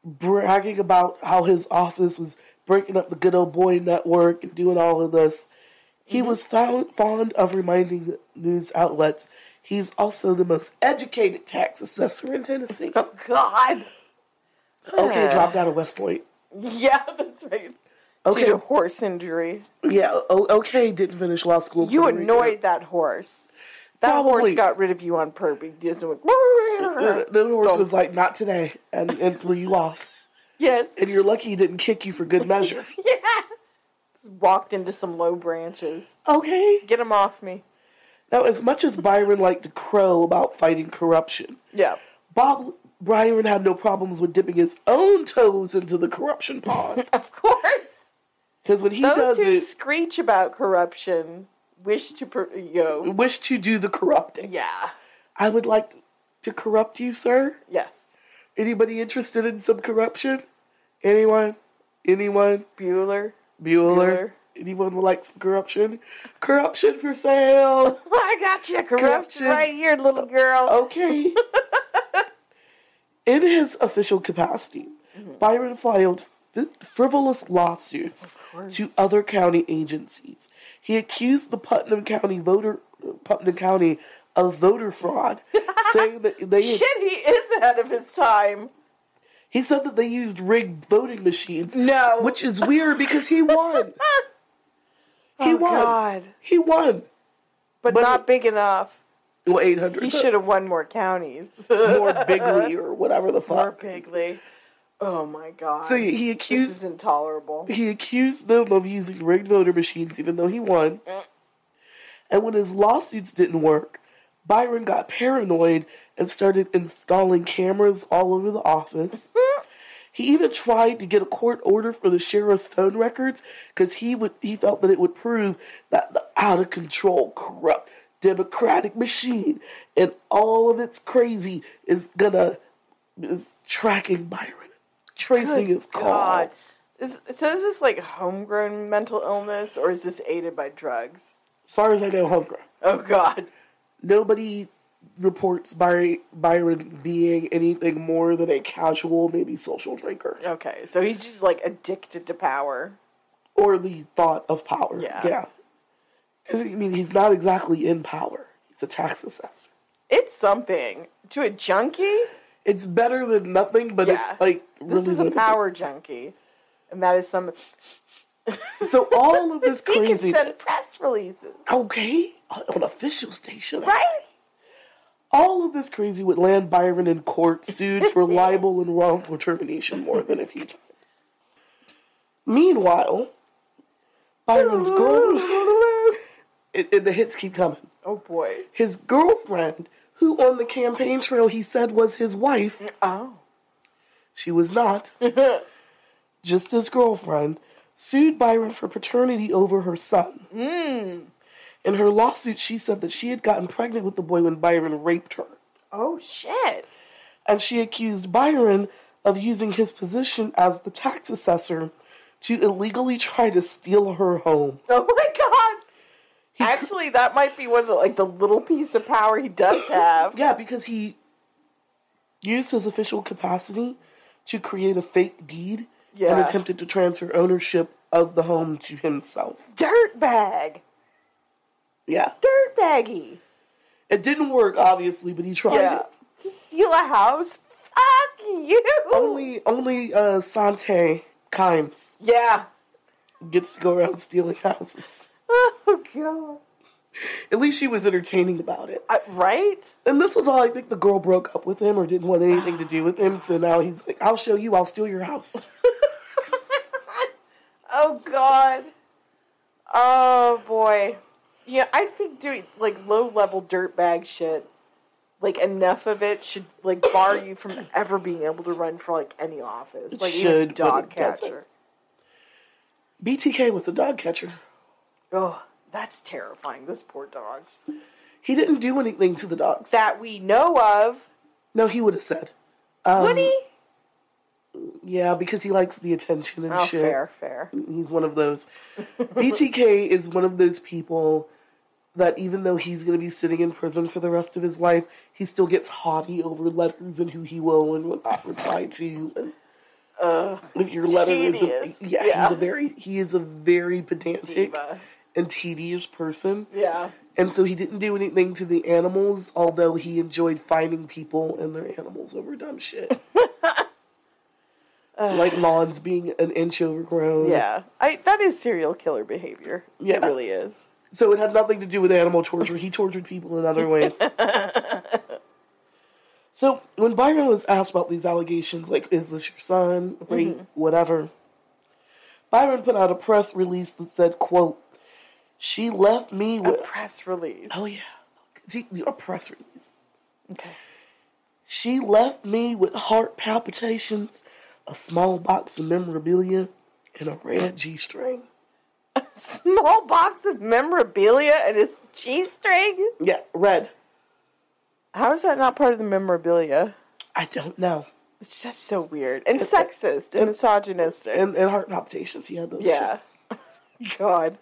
Speaker 1: bragging about how his office was breaking up the good old boy network and doing all of this, he was found, fond of reminding news outlets he's also the most educated tax assessor in Tennessee.
Speaker 2: Oh God.
Speaker 1: Okay, dropped out of West Point.
Speaker 2: Yeah, that's right.
Speaker 1: Okay,
Speaker 2: Due to horse injury.
Speaker 1: yeah, o- okay, didn't finish law school.
Speaker 2: You
Speaker 1: for the
Speaker 2: annoyed that horse. That
Speaker 1: Probably.
Speaker 2: horse got rid of you on purpose. He just went, "Roar."
Speaker 1: weekend. The horse was like, not today, and, and flew you off.
Speaker 2: yes.
Speaker 1: And you're lucky he didn't kick you for good measure.
Speaker 2: Walked into some low branches.
Speaker 1: Okay.
Speaker 2: Get him off me.
Speaker 1: Now, as much as Byron liked to crow about fighting corruption,
Speaker 2: Yeah.
Speaker 1: Bob Byron had no problems with dipping his own toes into the corruption pond.
Speaker 2: Of course.
Speaker 1: Because when he
Speaker 2: Those
Speaker 1: does
Speaker 2: who
Speaker 1: it,
Speaker 2: screech about corruption wish to, per- you know,
Speaker 1: wish to do the corrupting.
Speaker 2: yeah,
Speaker 1: I would like to corrupt you, sir.
Speaker 2: yes,
Speaker 1: Anybody interested in some corruption? Anyone? Anyone?
Speaker 2: Bueller.
Speaker 1: Bueller?
Speaker 2: Bueller.
Speaker 1: Anyone would like some corruption? Corruption for sale!
Speaker 2: Oh, I got you, corruption,
Speaker 1: Corruption.
Speaker 2: right here, little girl.
Speaker 1: Okay. In his official capacity,
Speaker 2: Mm-hmm.
Speaker 1: Byron filed fi- frivolous lawsuits to other county agencies. He accused the Putnam County voter Putnam County of voter fraud, saying that they had-
Speaker 2: Shit, he is ahead of his time.
Speaker 1: he said that they used rigged voting machines.
Speaker 2: No.
Speaker 1: which is weird because he won. He
Speaker 2: Oh,
Speaker 1: won.
Speaker 2: God.
Speaker 1: He won.
Speaker 2: But,
Speaker 1: But-
Speaker 2: not big enough.
Speaker 1: Well, eight hundred.
Speaker 2: He should have won more counties.
Speaker 1: more bigly or whatever the fuck.
Speaker 2: More bigly. Oh my god.
Speaker 1: So he
Speaker 2: this is
Speaker 1: accused
Speaker 2: intolerable.
Speaker 1: he accused them of using rigged voter machines, even though he won. And when his lawsuits didn't work, Byron got paranoid and started installing cameras all over the office. he even tried to get a court order for the sheriff's phone records because he would he felt that it would prove that the out of control corrupt democratic machine and all of its crazy is gonna is tracking Byron, tracing his
Speaker 2: God.
Speaker 1: calls.
Speaker 2: Is, so is this like homegrown mental illness or is this aided by drugs?
Speaker 1: as far as I know, Hunger.
Speaker 2: Oh god.
Speaker 1: Nobody reports By- Byron being anything more than a casual, maybe social drinker
Speaker 2: Okay, so he's just like addicted to power.
Speaker 1: or the thought of power.
Speaker 2: Yeah.
Speaker 1: yeah. 'Cause, I mean, he's not exactly in power. He's a tax assessor.
Speaker 2: It's something. To a junkie?
Speaker 1: It's better than nothing, but
Speaker 2: Yeah.
Speaker 1: it's like really
Speaker 2: This is a
Speaker 1: limited.
Speaker 2: power junkie. And that is some
Speaker 1: So all of this
Speaker 2: he can
Speaker 1: crazy. Oh.
Speaker 2: send press releases.
Speaker 1: okay, uh, on official station,
Speaker 2: Right?
Speaker 1: all of this crazy would land Byron in court sued for libel and wrongful termination more than a few times. Meanwhile, Byron's girl. It, it- the hits keep coming.
Speaker 2: Oh boy.
Speaker 1: His girlfriend, who on the campaign trail he said was his wife,
Speaker 2: Oh.
Speaker 1: she was not, just his girlfriend, sued Byron for paternity over her son.
Speaker 2: Hmm.
Speaker 1: In her lawsuit, she said that she had gotten pregnant with the boy when Byron raped her.
Speaker 2: Oh shit.
Speaker 1: and she accused Byron of using his position as the tax assessor to illegally try to steal her home.
Speaker 2: Oh my god! Actually, that might be one of the, like the little piece of power he does have.
Speaker 1: Yeah, because he used his official capacity to create a fake deed and
Speaker 2: Yeah.
Speaker 1: attempted to transfer ownership of the home to himself.
Speaker 2: Dirtbag,
Speaker 1: Yeah.
Speaker 2: dirtbaggy.
Speaker 1: It didn't work, obviously, but he tried
Speaker 2: Yeah,
Speaker 1: it.
Speaker 2: to steal a house. Fuck you.
Speaker 1: Only, only uh, Sante Kimes
Speaker 2: yeah.
Speaker 1: gets to go around stealing houses.
Speaker 2: Oh god.
Speaker 1: At least she was entertaining about it.
Speaker 2: I, right?
Speaker 1: And this was all I think the girl broke up with him or didn't want anything to do with him. So now he's like, I'll show you, I'll steal your house.
Speaker 2: Oh god. Oh boy. Yeah, I think doing like low level dirtbag shit, like enough of it should like bar you from ever being able to run for like any office, like even
Speaker 1: should, but
Speaker 2: dog
Speaker 1: it doesn't.
Speaker 2: catcher.
Speaker 1: BTK was a dog catcher.
Speaker 2: Oh, that's terrifying. Those poor dogs
Speaker 1: He didn't do anything to the dogs.
Speaker 2: that we know of.
Speaker 1: No, he would have said. Um,
Speaker 2: Woody?
Speaker 1: Yeah, because he likes the attention and
Speaker 2: Oh,
Speaker 1: shit.
Speaker 2: fair, fair.
Speaker 1: He's one of those. BTK is one of those people that even though he's going to be sitting in prison for the rest of his life, he still gets haughty over letters and who he will and will not reply to. And if your letter
Speaker 2: tedious.
Speaker 1: is a, yeah, he's a very he is a very pedantic
Speaker 2: Diva.
Speaker 1: and tedious person.
Speaker 2: Yeah.
Speaker 1: And so he didn't do anything to the animals, although he enjoyed finding people and their animals over dumb shit. like lawns being an inch overgrown.
Speaker 2: Yeah. I that is serial killer behavior. It
Speaker 1: Yeah.
Speaker 2: really is.
Speaker 1: So it had nothing to do with animal torture. He tortured people in other ways. so when Byron was asked about these allegations, like, is this your son? Rape, whatever. Byron put out a press release that said, quote, she left me
Speaker 2: A
Speaker 1: with
Speaker 2: press release.
Speaker 1: Oh yeah, See, a press release.
Speaker 2: Okay.
Speaker 1: She left me with heart palpitations, a small box of memorabilia, and a red G string.
Speaker 2: small box of memorabilia and his G string?
Speaker 1: Yeah, red.
Speaker 2: How is that not part of the memorabilia?
Speaker 1: I don't know.
Speaker 2: It's just so weird. And sexist and misogynistic.
Speaker 1: And and heart palpitations. He had those.
Speaker 2: yeah. God.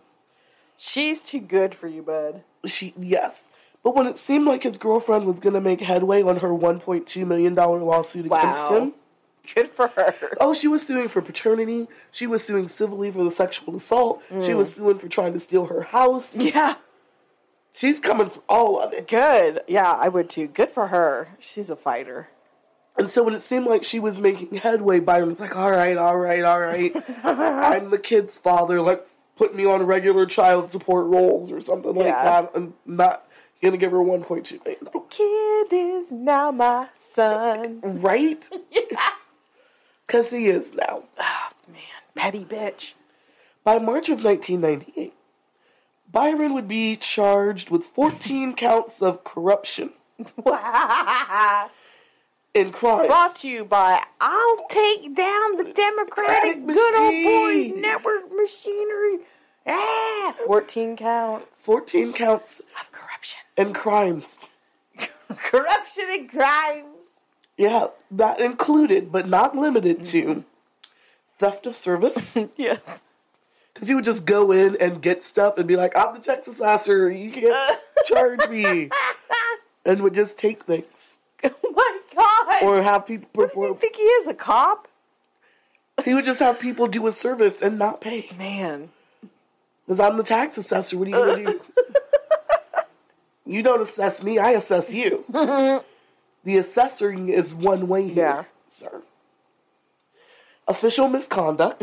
Speaker 2: She's too good for you, bud.
Speaker 1: too. She yes. But when it seemed like his girlfriend was going to make headway on her 1.2 million dollar lawsuit against
Speaker 2: Wow.
Speaker 1: him,
Speaker 2: Good for her.
Speaker 1: oh, she was suing for paternity. She was suing civilly for the sexual assault. She
Speaker 2: Mm.
Speaker 1: was suing for trying to steal her house.
Speaker 2: Yeah.
Speaker 1: She's coming for all of it.
Speaker 2: Good. Yeah, I would too. Good for her. She's a fighter.
Speaker 1: And so when it seemed like she was making headway, Byron was like, all right, all right, all right. I'm the kid's father. Like, put me on regular child support roles or something like
Speaker 2: Yeah.
Speaker 1: that. I'm not going to give her 1.2 million.
Speaker 2: Kid is now my son.
Speaker 1: Right? Because he is now. ah,
Speaker 2: Man, petty bitch.
Speaker 1: By March of 1998, Byron would be charged with 14 counts of corruption and crimes.
Speaker 2: Brought to you by I'll Take Down the
Speaker 1: Democratic
Speaker 2: Democratic Good Old Boy
Speaker 1: Machine.
Speaker 2: Network Machinery. Ah, 14 counts
Speaker 1: 14 counts
Speaker 2: of corruption.
Speaker 1: and crimes.
Speaker 2: Corruption and crimes.
Speaker 1: Yeah, that included, but not limited
Speaker 2: Mm-hmm.
Speaker 1: to, theft of service.
Speaker 2: Yes.
Speaker 1: Because he would just go in and get stuff and be like, I'm the Texas assassin, you can't charge me. And would just take things.
Speaker 2: Oh my God.
Speaker 1: Or have people
Speaker 2: Does
Speaker 1: perform.
Speaker 2: he think he is a cop?
Speaker 1: He would just have people do a service and not pay.
Speaker 2: Man.
Speaker 1: Because I'm the tax assessor. What are you going to do? you don't assess me, I assess you. the assessoring is one way here,
Speaker 2: Yeah.
Speaker 1: sir. Official misconduct,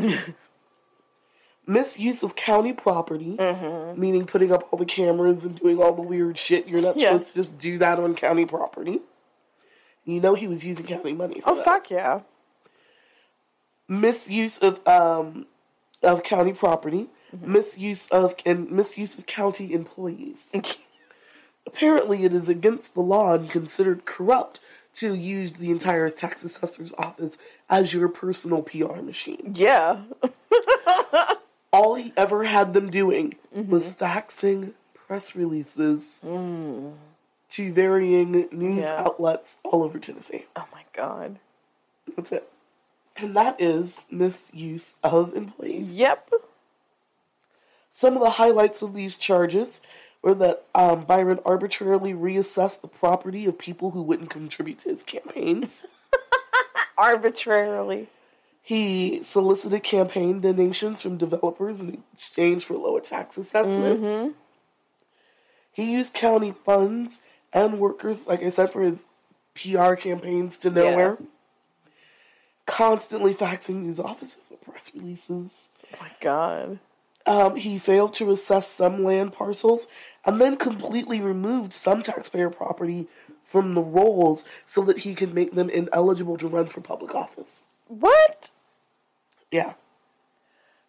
Speaker 1: misuse of county property,
Speaker 2: Mm-hmm.
Speaker 1: meaning putting up all the cameras and doing all the weird shit. You're not
Speaker 2: Yeah.
Speaker 1: supposed to just do that on county property. You know he was using county money. For
Speaker 2: Oh,
Speaker 1: that
Speaker 2: fuck yeah.
Speaker 1: misuse of um of county property, misuse of and misuse of county employees. Apparently, it is against the law and considered corrupt to use the entire tax assessor's office as your personal PR machine.
Speaker 2: Yeah.
Speaker 1: All he ever had them doing was faxing press releases to varying news
Speaker 2: Yeah.
Speaker 1: outlets all over Tennessee.
Speaker 2: Oh my God.
Speaker 1: That's it. And that is misuse of employees.
Speaker 2: Yep.
Speaker 1: Some of the highlights of these charges were that um, Byron arbitrarily reassessed the property of people who wouldn't contribute to his campaigns.
Speaker 2: Arbitrarily.
Speaker 1: He solicited campaign donations from developers in exchange for lower tax assessment. He used county funds and workers, like I said, for his PR campaigns to nowhere. Constantly faxing news offices with press releases.
Speaker 2: My God.
Speaker 1: Um, he failed to assess some land parcels and then completely removed some taxpayer property from the rolls so that he could make them ineligible to run for public office.
Speaker 2: What?
Speaker 1: Yeah.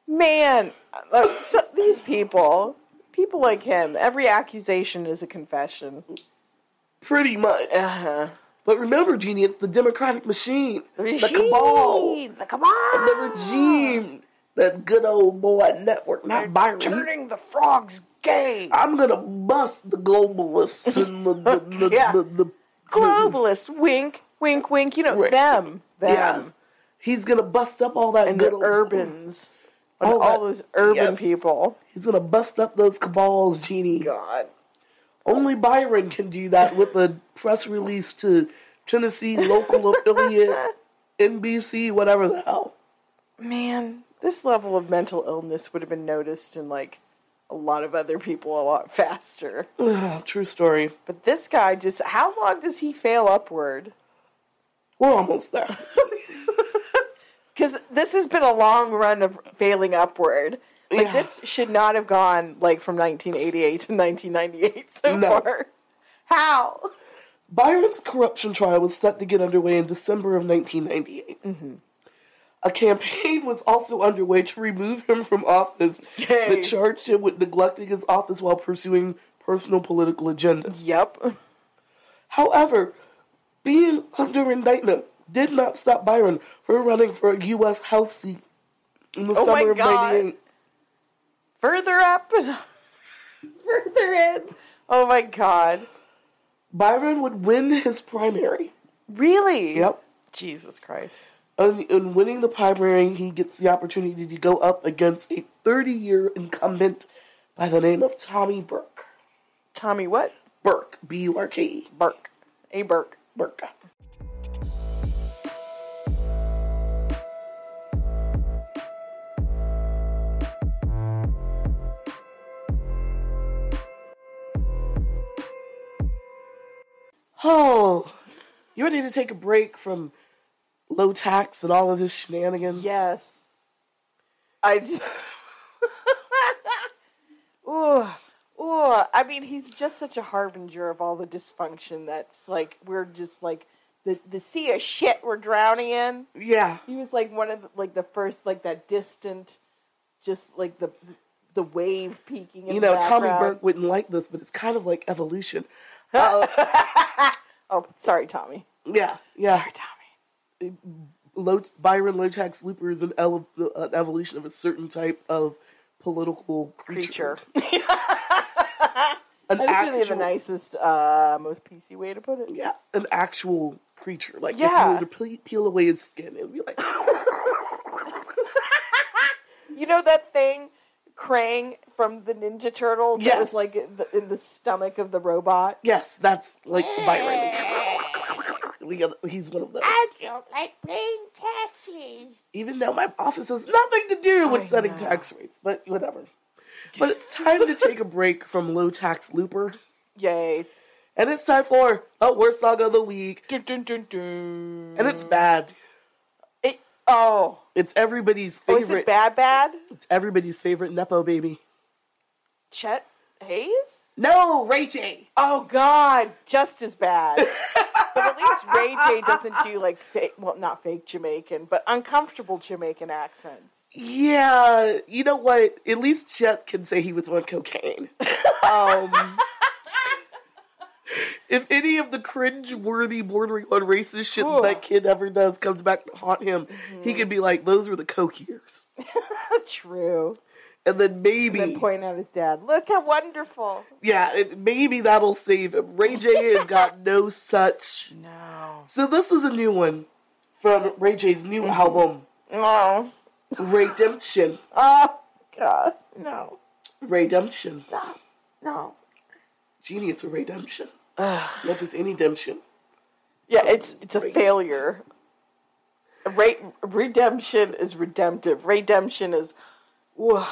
Speaker 2: Man, like, so, these people, people like him, every accusation is a confession.
Speaker 1: Pretty much.
Speaker 2: Uh-huh.
Speaker 1: But remember, Jeannie, it's the democratic machine. The
Speaker 2: Machine.
Speaker 1: cabal.
Speaker 2: The cabal.
Speaker 1: The regime. That good old boy network. Not Byron.
Speaker 2: Turning the frogs gay.
Speaker 1: I'm going to bust the globalists and the, the, the,
Speaker 2: Yeah.
Speaker 1: the, the,
Speaker 2: Globalists. Wink, wink, wink. You know,
Speaker 1: Right.
Speaker 2: them. Them.
Speaker 1: Yeah. He's going to bust up all that
Speaker 2: And
Speaker 1: good
Speaker 2: the
Speaker 1: old-
Speaker 2: urbans. And
Speaker 1: All
Speaker 2: all
Speaker 1: that-
Speaker 2: those urban
Speaker 1: yes.
Speaker 2: people.
Speaker 1: He's going to bust up those cabals, Jeannie.
Speaker 2: God.
Speaker 1: Only Byron can do that with a press release to Tennessee local affiliate, NBC, whatever the hell.
Speaker 2: Man, this level of mental illness would have been noticed in like a lot of other people a lot faster.
Speaker 1: Ugh, Uh, true story.
Speaker 2: But this guy just how long does he fail upward?
Speaker 1: We're almost there.
Speaker 2: Cuz this has been a long run of failing upward. Like
Speaker 1: Yeah.
Speaker 2: this should not have gone like from 1988 to 1998 so
Speaker 1: No.
Speaker 2: far. How?
Speaker 1: Byron's corruption trial was set to get underway in December of 1998. A campaign was also underway to remove him from office
Speaker 2: Yay.
Speaker 1: that charged him with neglecting his office while pursuing personal political agendas.
Speaker 2: Yep.
Speaker 1: However, being under indictment did not stop Byron from running for a U.S. House seat in the
Speaker 2: Oh my
Speaker 1: summer of
Speaker 2: God.
Speaker 1: 98.
Speaker 2: Further up and further in. Oh my god.
Speaker 1: Byron would win his primary.
Speaker 2: Really?
Speaker 1: Yep.
Speaker 2: Jesus Christ.
Speaker 1: And in winning the primary, he gets the opportunity to go up against a 30 year incumbent by the name of Tommy Burke.
Speaker 2: Tommy what?
Speaker 1: Burke, B U R K E.
Speaker 2: Burke. A Burke.
Speaker 1: Burke. Oh, you ready to take a break from low tax and all of his shenanigans?
Speaker 2: Yes. I just. ooh, ooh. I mean, he's just such a harbinger of all the dysfunction that's like, we're just like, the, the sea of shit we're drowning in.
Speaker 1: Yeah.
Speaker 2: He was like one of the, like the first, like that distant, just like the the wave peeking. In
Speaker 1: You
Speaker 2: the
Speaker 1: know, Tommy
Speaker 2: background.
Speaker 1: Burke wouldn't like this, but it's kind of like evolution.
Speaker 2: Oh, sorry, Tommy.
Speaker 1: Yeah, yeah.
Speaker 2: Sorry, Tommy.
Speaker 1: Low, Byron low tax looper is an, ele- an evolution of a certain type of political creature.
Speaker 2: Creature.
Speaker 1: An
Speaker 2: That's really the
Speaker 1: actual-
Speaker 2: nicest, uh, most PC way to put it.
Speaker 1: Yeah, an actual creature. Like if
Speaker 2: Yeah.
Speaker 1: you were to peel, peel away his skin, it would be like
Speaker 2: You know that thing, Krang from the Ninja Turtles, that
Speaker 1: Yes.
Speaker 2: was like in the, in the stomach of the robot.
Speaker 1: yes, that's like Byron. we got, he's one of those.
Speaker 3: I don't like paying taxes.
Speaker 1: Even though my office has nothing to do with setting tax rates, but whatever. But it's time to take a break from low tax looper.
Speaker 2: Yay!
Speaker 1: And it's time for a worst song of the week.
Speaker 2: Dun, dun, dun, dun.
Speaker 1: And it's bad.
Speaker 2: It- oh,
Speaker 1: It's everybody's
Speaker 2: oh, is
Speaker 1: favorite.
Speaker 2: it bad? Bad?
Speaker 1: It's everybody's favorite Nepo baby.
Speaker 2: Chet Hayes?
Speaker 1: No, Ray J.
Speaker 2: Oh God, just as bad. but at least Ray J doesn't do like fake, well, not fake Jamaican, but uncomfortable Jamaican accents.
Speaker 1: Yeah, you know what? At least Chet can say he was on cocaine. um, if any of the cringe-worthy, bordering on racist shit
Speaker 2: Ugh. Mm-hmm.
Speaker 1: that kid ever does comes back to haunt him, he can be like, "Those were the coke years,"
Speaker 2: True.
Speaker 1: and then maybe,
Speaker 2: Then point out his dad. Look how wonderful.
Speaker 1: yeah, it, maybe that'll save him. Ray J has got no such.
Speaker 2: No. Mm-hmm.
Speaker 1: So this is a new one. from Ray J's new album,
Speaker 2: No.
Speaker 1: Redemption.
Speaker 2: Oh, God. No.
Speaker 1: Redemption.
Speaker 2: Stop. No.
Speaker 1: Genie, it's a redemption. Not just any redemption.
Speaker 2: Yeah, it's it's a failure. Re- redemption is redemptive. Redemption is
Speaker 1: Whoa.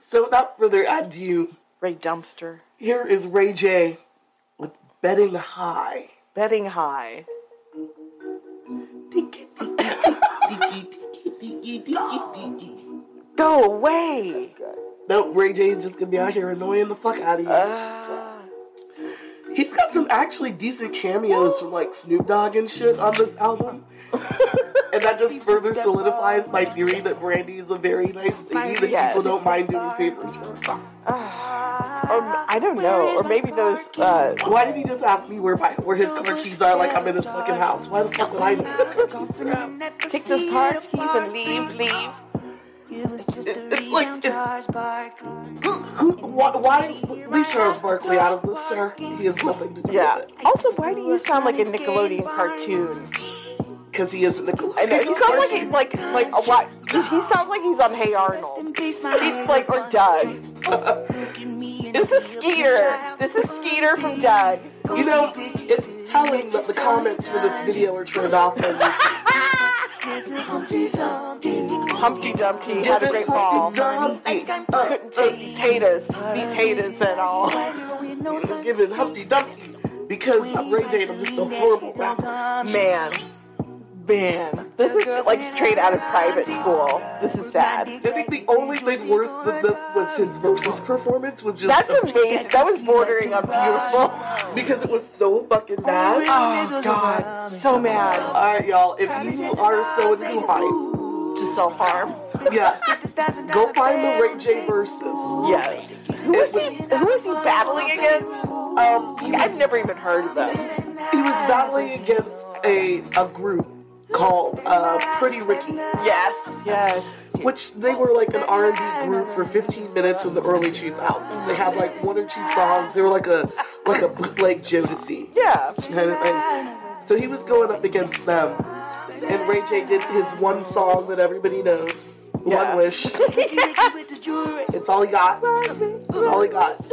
Speaker 1: So without further ado,
Speaker 2: Ray Dumpster.
Speaker 1: here is Ray J with Betting High.
Speaker 2: Betting high. Go away.
Speaker 1: Nope, Ray J is just gonna be out here annoying the fuck out of you. He's got some actually decent cameos from like Snoop Dogg and shit on this album. and that just further solidifies my theory that Brandy is a very nice lady that
Speaker 2: Yes.
Speaker 1: people don't mind doing favors for.
Speaker 2: Or Um, I don't know. Or maybe those. Uh,
Speaker 1: Why did he just ask me where my, where his car keys are like I'm in his fucking house? Why the fuck would I know his car keys are out?
Speaker 2: take those car keys and leave. Leave.
Speaker 1: It's like, it's, who, why, why leave Charles Barkley out of this, sir? He has nothing to do
Speaker 2: Yeah.
Speaker 1: with it.
Speaker 2: Also, why do you sound like a Nickelodeon cartoon?
Speaker 1: Because he is Nickelodeon.
Speaker 2: I know he sounds like he- like like a lot. He he sounds like he's on Hey Arnold. He's like or Doug. This is Skeeter. This is Skeeter from Doug.
Speaker 1: You know, it's telling that the comments for this video are turned off on YouTube.
Speaker 2: Humpty Dumpty had a great fall. Couldn't take these haters. These haters at all.
Speaker 1: Giving Humpty Dumpty because I'm Ray J and I'm just a horrible rapper.
Speaker 2: Man. Man. This is like straight out of private school. This is sad.
Speaker 1: I think the only thing worse than this was his versus performance was just
Speaker 2: That's amazing. That was bordering on beautiful.
Speaker 1: because it was so fucking bad.
Speaker 2: Oh, God. So mad.
Speaker 1: All right, y'all. If you are so inclined,
Speaker 2: To self harm.
Speaker 1: yes, go find the Ray J verses.
Speaker 2: Yes. Who is he? Who is he battling against? Um, I've never even heard of them.
Speaker 1: He was battling against a a group called uh, Pretty Ricky.
Speaker 2: Yes, yes.
Speaker 1: which they were like an R&B group for 15 minutes in the early 2000s. They had like one or two songs. They were like a like a bootleg Jodeci
Speaker 2: Yeah.
Speaker 1: kind of thing. So he was going up against them, and Ray J did his one song that everybody knows,
Speaker 2: Yeah.
Speaker 1: "One Wish." It's all he got. It's all he got.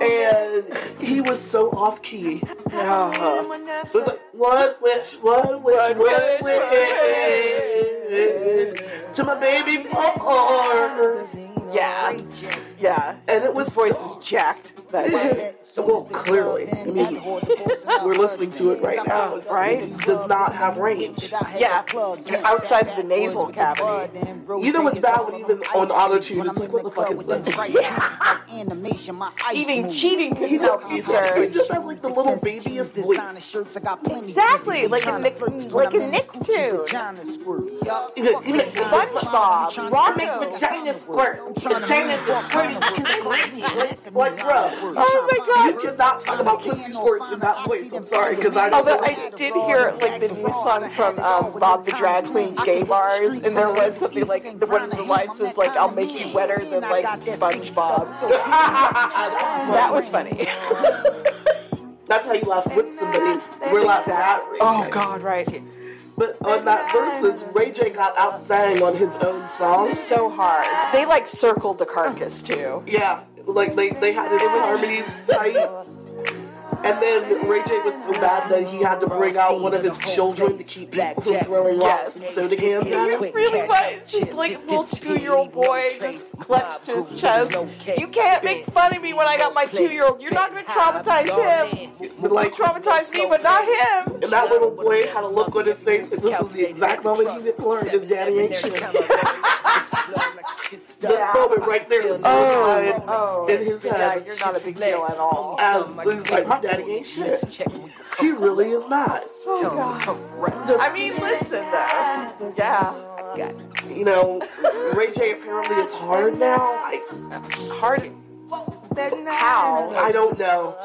Speaker 1: And he was so off key. It was like one wish, one wish, one, wish, to my baby four.
Speaker 2: Yeah. Yeah.
Speaker 1: And it was
Speaker 2: His voice is jacked. That way.
Speaker 1: well, clearly, I mean, we're listening to it right now,
Speaker 2: Right?
Speaker 1: It does not have range.
Speaker 2: Yeah. Outside of the nasal cavity.
Speaker 1: You know what's bad when even on autotune, it's like, what the fuck is this?
Speaker 2: Even cheating could
Speaker 1: He
Speaker 2: help
Speaker 1: just,
Speaker 2: you,
Speaker 1: he
Speaker 2: sir.
Speaker 1: just has like the little babyest voice.
Speaker 2: Exactly, like a Nick, like a Nicktoon. SpongeBob, Rocco.
Speaker 1: vagina squirt. Vagina squirting. Like, bro.
Speaker 2: Oh my God.
Speaker 1: You cannot talk about pussy shorts in that voice. I'm sorry, because I
Speaker 2: Although I did hear like the new song from um, Bob the Drag Queen's Gay Bars, and there was something like the one of the lines was like, "I'll make you wetter than like SpongeBob." that was funny.
Speaker 1: That's how you laugh with somebody. We're laughing at Ray J.
Speaker 2: Oh God, right?
Speaker 1: But on that versus, Ray J got out sang on his own song.
Speaker 2: So hard. They like circled the carcass too.
Speaker 1: Yeah, like they, they had his harmonies tight. And then Ray J was so bad that he had to bring out one of his children to keep people from throwing rocks and soda cans at him.
Speaker 2: It really was. Just like a little two-year-old boy just clutched to his chest. You can't make fun of me when I got my two-year-old. You're not going to traumatize him.
Speaker 1: But like,
Speaker 2: Traumatize me, but not him.
Speaker 1: and that little boy had a look on his face, and this was the exact moment he didn't learn his daddy ain't shit. This moment right there was solidified
Speaker 2: oh,
Speaker 1: in his
Speaker 2: Yeah,
Speaker 1: head.
Speaker 2: you're not a big deal at all.
Speaker 1: As as like, my daddy ain't shit. He really is not.
Speaker 2: I mean, listen though. Yeah,
Speaker 1: you know, Ray J apparently is hard now. Like,
Speaker 2: hard. How?
Speaker 1: I don't know.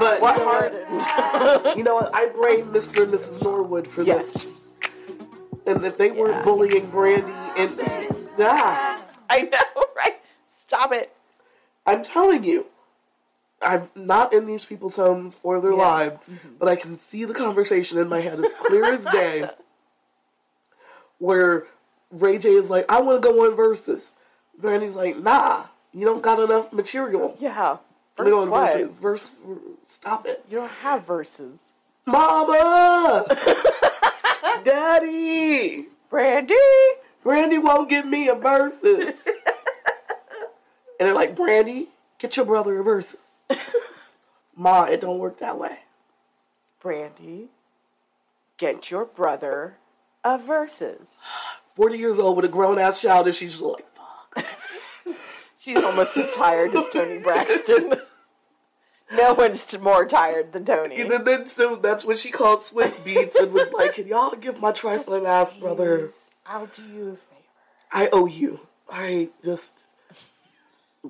Speaker 1: But
Speaker 2: What
Speaker 1: you know what?
Speaker 2: hardened?
Speaker 1: you know what? I blame Mr. and Mrs. Norwood for this.
Speaker 2: yes,
Speaker 1: And if they weren't bullying Brandy and ah,
Speaker 2: I know, right? Stop it.
Speaker 1: I'm telling you. I'm not in these people's homes or their lives, but I can see the conversation in my head as clear as day. Where Ray J is like, I want to go on versus. Brandy's like, Nah, you don't got enough material.
Speaker 2: Yeah.
Speaker 1: We go
Speaker 2: Verse
Speaker 1: on
Speaker 2: what?
Speaker 1: versus. Verse, stop it,
Speaker 2: You don't have verses.
Speaker 1: Mama, Daddy.
Speaker 2: Brandy!
Speaker 1: Brandy won't give me a versus. and they're like, Brandy, get your brother a versus. Ma, it don't work that way.
Speaker 2: Brandy, get your brother a verses.
Speaker 1: 40 years old with a grown ass child, and she's just like, fuck.
Speaker 2: She's almost as tired as Tony Braxton. No one's t- more tired than Tony.
Speaker 1: And then, then so that's when she called Swift Beats and was like, can y'all give my trifling ass brother?
Speaker 2: Please, I'll do you a favor.
Speaker 1: I owe you. I just.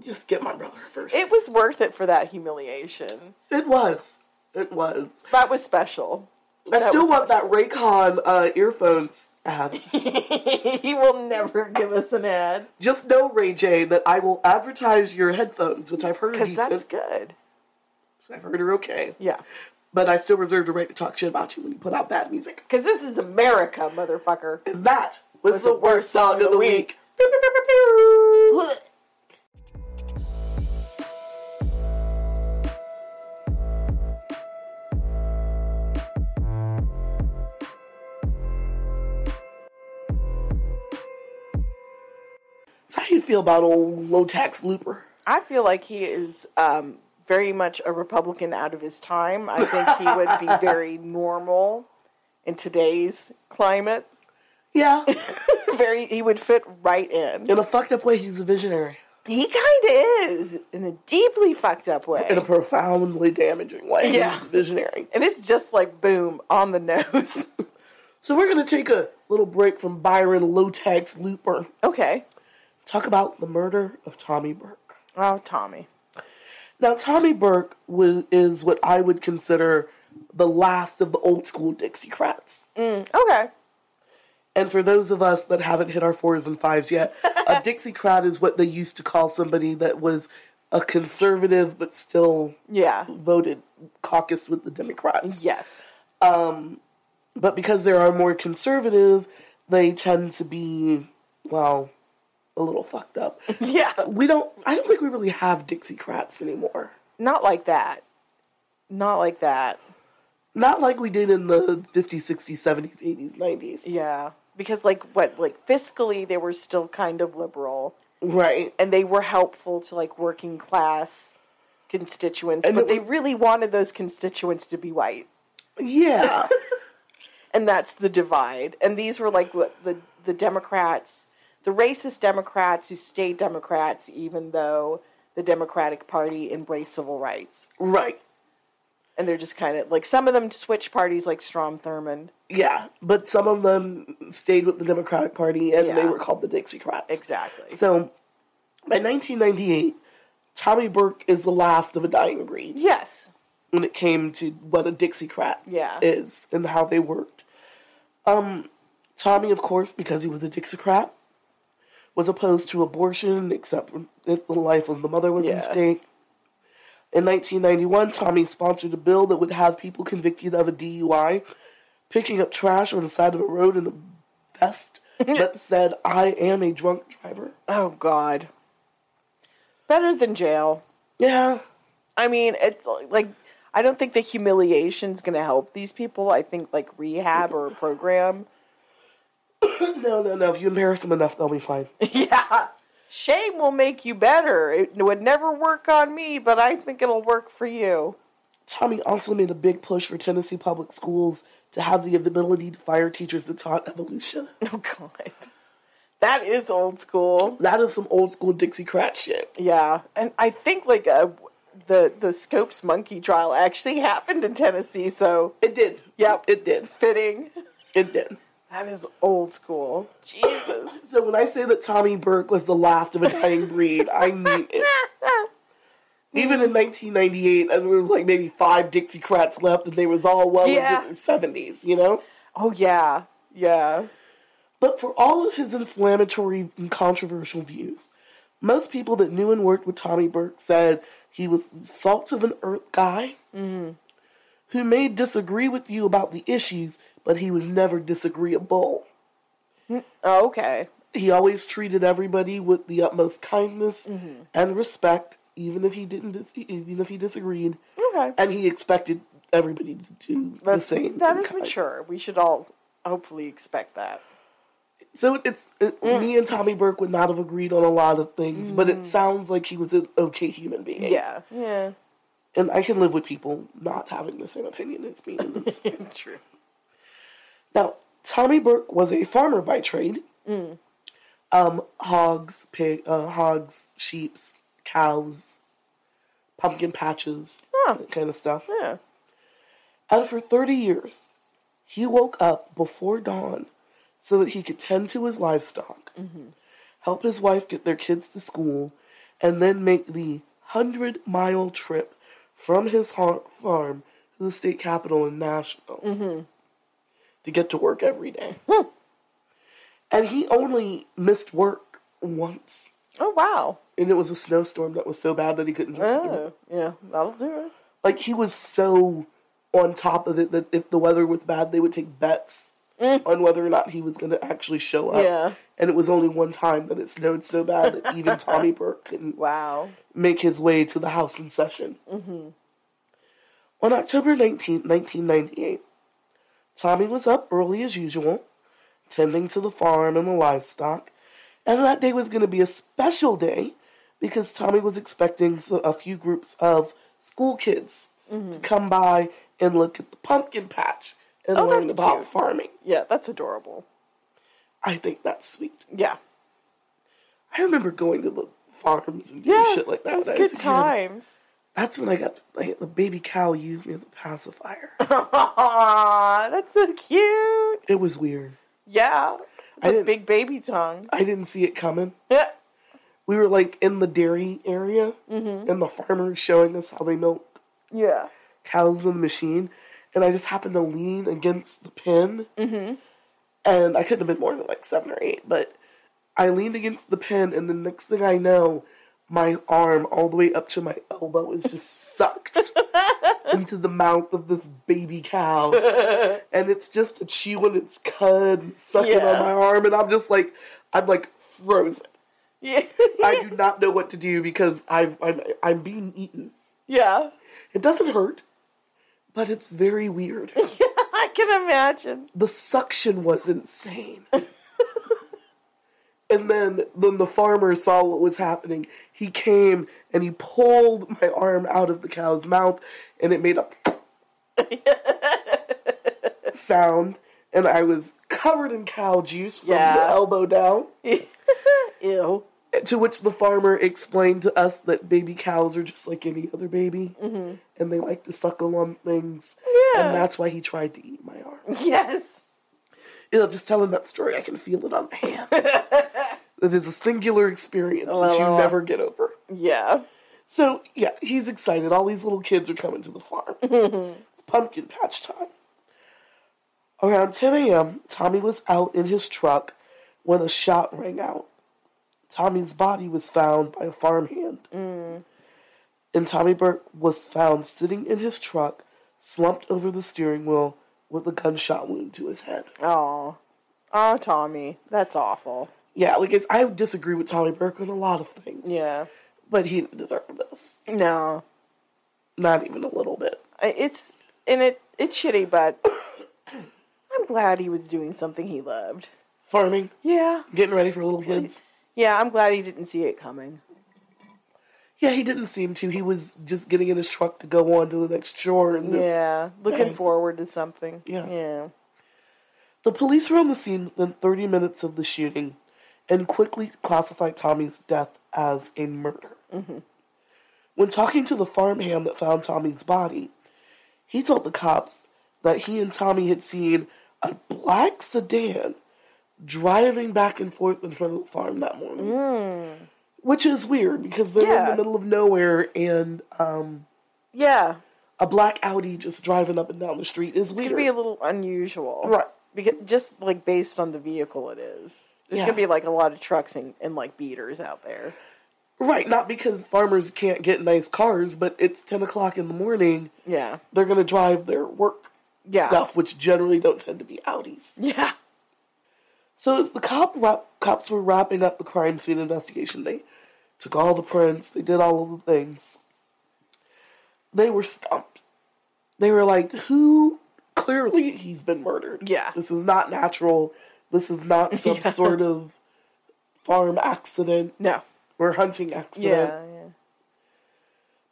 Speaker 1: Just get my brother a versus.
Speaker 2: It was worth it for that humiliation.
Speaker 1: It was. It was.
Speaker 2: That was special.
Speaker 1: I
Speaker 2: That
Speaker 1: still
Speaker 2: was-
Speaker 1: want that Raycon uh, earphones ad.
Speaker 2: he will never give us an ad
Speaker 1: Just know, Ray J, that I will advertise your headphones, which I've heard
Speaker 2: because
Speaker 1: he
Speaker 2: that's
Speaker 1: says,
Speaker 2: good.
Speaker 1: I've heard are okay.
Speaker 2: Yeah,
Speaker 1: But I still reserve the right to talk shit about you when you put out bad music.
Speaker 2: because this is America, motherfucker.
Speaker 1: And that was, the, worst song of the week. So how you feel about old low tax looper?
Speaker 2: I feel like he is um, very much a Republican out of his time. I think he would be very normal in today's climate.
Speaker 1: Yeah.
Speaker 2: Very, he would fit right in.
Speaker 1: In a fucked up way, he's a visionary.
Speaker 2: He kind of is in a deeply fucked up way.
Speaker 1: In a profoundly damaging way.
Speaker 2: Yeah.
Speaker 1: He's a visionary.
Speaker 2: And it's just like boom on the nose.
Speaker 1: So we're gonna take a little break from Byron Low Tax Looper.
Speaker 2: okay.
Speaker 1: Talk about the murder of Tommy Burke.
Speaker 2: Oh, Tommy.
Speaker 1: Now, Tommy Burke wa is what I would consider the last of the old school Dixiecrats.
Speaker 2: Okay.
Speaker 1: And for those of us that haven't hit our fours and fives yet, a Dixiecrat is what they used to call somebody that was a conservative but still
Speaker 2: Yeah.
Speaker 1: voted caucus with the Democrats.
Speaker 2: Yes.
Speaker 1: But because they are more conservative, they tend to be, well, a little fucked up.
Speaker 2: Yeah.
Speaker 1: we don't, I don't think we really have Dixiecrats anymore.
Speaker 2: Not like that. Not like that.
Speaker 1: Not like we did in the 50s, 60s, 70s, 80s, 90s.
Speaker 2: Yeah. Because like what like fiscally they were still kind of liberal
Speaker 1: Right.
Speaker 2: and they were helpful to like working class constituents,
Speaker 1: And
Speaker 2: but
Speaker 1: it
Speaker 2: they
Speaker 1: was-
Speaker 2: really wanted those constituents to be white.
Speaker 1: Yeah.
Speaker 2: And that's the divide. And these were like what the the Democrats, the racist Democrats who stayed Democrats even though the Democratic Party embraced civil rights.
Speaker 1: right.
Speaker 2: and they're just kind of like some of them switch parties like Strom Thurmond.
Speaker 1: Yeah. But some of them stayed with the Democratic Party and they
Speaker 2: Yeah.
Speaker 1: were called the Dixiecrats.
Speaker 2: Exactly.
Speaker 1: So by 1998, Tommy Burke is the last of a dying breed
Speaker 2: yes.
Speaker 1: when it came to what a Dixiecrat
Speaker 2: Yeah.
Speaker 1: is and how they worked. Um, Tommy, of course, because he was a Dixiecrat, was opposed to abortion except for if the life of the mother was
Speaker 2: Yeah.
Speaker 1: at stake. In 1991, Tommy sponsored a bill that would have people convicted of a DUI picking up trash on the side of a road in a vest that said, I am a drunk driver.
Speaker 2: Oh God. Better than jail.
Speaker 1: Yeah.
Speaker 2: I mean, it's like I don't think the humiliation's going to help these people. I think like rehab or a program.
Speaker 1: No, no, no. If you embarrass them enough, they'll be fine.
Speaker 2: yeah. Shame will make you better. It would never work on me, but I think it'll work for you.
Speaker 1: Tommy also made a big push for Tennessee public schools to have the ability to fire teachers that taught evolution.
Speaker 2: Oh God. That is old school.
Speaker 1: That is some old school Dixie Crat shit.
Speaker 2: Yeah, and I think like uh, the the Scopes monkey trial actually happened in Tennessee, so
Speaker 1: It did.
Speaker 2: Yep.
Speaker 1: It did.
Speaker 2: fitting.
Speaker 1: It did.
Speaker 2: That is old school. Jesus.
Speaker 1: So when I say that Tommy Burke was the last of a dying breed, I mean it. Even in 1998, and there was like maybe five Dixie Crats left, and they was all well
Speaker 2: Yeah.
Speaker 1: into their 70s, you know?
Speaker 2: oh yeah, yeah.
Speaker 1: But for all of his inflammatory and controversial views, most people that knew and worked with Tommy Burke said He was salt of the earth guy who may disagree with you about the issues, but he was never disagreeable.
Speaker 2: Oh, okay.
Speaker 1: He always treated everybody with the utmost kindness and respect, even if he didn't, dis- even if he disagreed.
Speaker 2: Okay.
Speaker 1: And he expected everybody to do
Speaker 2: That's
Speaker 1: the same.
Speaker 2: that
Speaker 1: in
Speaker 2: is
Speaker 1: kind.
Speaker 2: mature. We should all hopefully expect that.
Speaker 1: So it's it, me and Tommy Burke would not have agreed on a lot of things, but it sounds like he was an okay human being.
Speaker 2: Yeah. Yeah.
Speaker 1: and I can live with people not having the same opinion as me. in this.
Speaker 2: True.
Speaker 1: now, Tommy Burke was a farmer by trade. Um, hogs, pig, uh, hogs, sheep's, cows, pumpkin patches, that kind of stuff.
Speaker 2: Yeah.
Speaker 1: And for 30 years, he woke up before dawn so that he could tend to his livestock, help his wife get their kids to school, and then make the 100 mile trip from his har- farm to the state capital in Nashville
Speaker 2: Mm-hmm.
Speaker 1: to get to work every day.
Speaker 2: Hmm.
Speaker 1: and he only missed work once.
Speaker 2: Oh wow.
Speaker 1: And it was a snowstorm that was so bad that he couldn't get through
Speaker 2: Oh, yeah. That'll do it.
Speaker 1: like he was so on top of it that if the weather was bad, they would take bets on whether or not he was going to actually show up.
Speaker 2: Mm. Yeah.
Speaker 1: And it was only one time that it snowed so bad that even Tommy Burke couldn't
Speaker 2: Wow.
Speaker 1: make his way to the House in session. Mm-hmm. On October 19, 1998, Tommy was up early as usual, tending to the farm and the livestock, and that day was going to be a special day because Tommy was expecting s- a few groups of school kids
Speaker 2: Mm-hmm.
Speaker 1: to come by and look at the pumpkin patch and
Speaker 2: Oh,
Speaker 1: learn
Speaker 2: that's
Speaker 1: about
Speaker 2: cute.
Speaker 1: farming.
Speaker 2: Yeah, that's adorable.
Speaker 1: I think that's sweet.
Speaker 2: Yeah.
Speaker 1: I remember going to the farms and doing
Speaker 2: Yeah.
Speaker 1: shit like that.
Speaker 2: That was
Speaker 1: when I
Speaker 2: good
Speaker 1: a kid.
Speaker 2: times.
Speaker 1: That's when I got like the baby cow used me as a pacifier.
Speaker 2: Aw, that's so cute.
Speaker 1: it was weird.
Speaker 2: Yeah. It's
Speaker 1: I
Speaker 2: a
Speaker 1: didn't-
Speaker 2: big baby tongue.
Speaker 1: I didn't see it coming.
Speaker 2: Yeah.
Speaker 1: We were like in the dairy area, and the farmer was showing us how they milk
Speaker 2: Yeah.
Speaker 1: cows in the machine, and I just happened to lean against the pin, and I couldn't have been more than like seven or eight, but I leaned against the pin, and the next thing I know, my arm all the way up to my elbow was just sucked into the mouth of this baby cow. and it's just chewing its cud, and sucking
Speaker 2: Yeah.
Speaker 1: on my arm, and I'm just like, I'm like frozen.
Speaker 2: Yeah.
Speaker 1: I do not know what to do because I've, I'm I'm being eaten.
Speaker 2: yeah.
Speaker 1: It doesn't hurt, but it's very weird.
Speaker 2: I can imagine.
Speaker 1: the suction was insane. and then then the farmer saw what was happening. He came and he pulled my arm out of the cow's mouth and it made a sound and I was covered in cow juice from the
Speaker 2: Yeah.
Speaker 1: elbow down.
Speaker 2: Ew.
Speaker 1: To which the farmer explained to us that baby cows are just like any other baby, and they like to suckle on things, and that's why he tried to eat my arm.
Speaker 2: Yes.
Speaker 1: You know, just telling that story, I can feel it on my hand. it is a singular experience that you never get over.
Speaker 2: Yeah.
Speaker 1: So yeah, he's excited. All these little kids are coming to the farm. it's pumpkin patch time. Around 10 a.m., Tommy was out in his truck when a shot rang out. Tommy's body was found by a farmhand. And Tommy Burke was found sitting in his truck, slumped over the steering wheel with a gunshot wound to his head.
Speaker 2: Oh. Oh, Tommy. That's awful.
Speaker 1: Yeah, like it's, I disagree with Tommy Burke on a lot of things.
Speaker 2: Yeah.
Speaker 1: But he didn't deserve this.
Speaker 2: No.
Speaker 1: Not even a little bit.
Speaker 2: I- It's and it it's shitty, but I'm glad he was doing something he loved.
Speaker 1: Farming,
Speaker 2: Yeah.
Speaker 1: getting ready for little kids.
Speaker 2: Yeah, I'm glad he didn't see it coming.
Speaker 1: Yeah, he didn't seem to. He was just getting in his truck to go on to the next shore. And just-
Speaker 2: Yeah. Looking forward to something.
Speaker 1: Yeah.
Speaker 2: Yeah.
Speaker 1: The police were on the scene within 30 minutes of the shooting and quickly classified Tommy's death as a murder.
Speaker 2: Mm-hmm.
Speaker 1: When talking to the farmhand that found Tommy's body, he told the cops that he and Tommy had seen a black sedan driving back and forth in front of the farm that morning. Which is weird because they're in
Speaker 2: Mm. Yeah.
Speaker 1: the middle of nowhere and um,
Speaker 2: Yeah.
Speaker 1: a black Audi just driving up and down the street is
Speaker 2: It's
Speaker 1: weird.
Speaker 2: gonna be a little unusual.
Speaker 1: Right.
Speaker 2: Because just like based on the vehicle it is. There's
Speaker 1: Yeah.
Speaker 2: gonna be like a lot of trucks and, and like beaters out there.
Speaker 1: Right, not because farmers can't get nice cars, but it's 10 o'clock in the morning.
Speaker 2: Yeah.
Speaker 1: They're going to drive their work
Speaker 2: Yeah.
Speaker 1: stuff, which generally don't tend to be Audis.
Speaker 2: Yeah.
Speaker 1: So as the cop wrap, cops were wrapping up the crime scene investigation, they took all the prints, they did all of the things. They were stumped. They were like, "Who? Clearly, he's been murdered.
Speaker 2: Yeah.
Speaker 1: this is not natural. This is not some sort of farm accident
Speaker 2: No.
Speaker 1: or hunting accident."
Speaker 2: Yeah.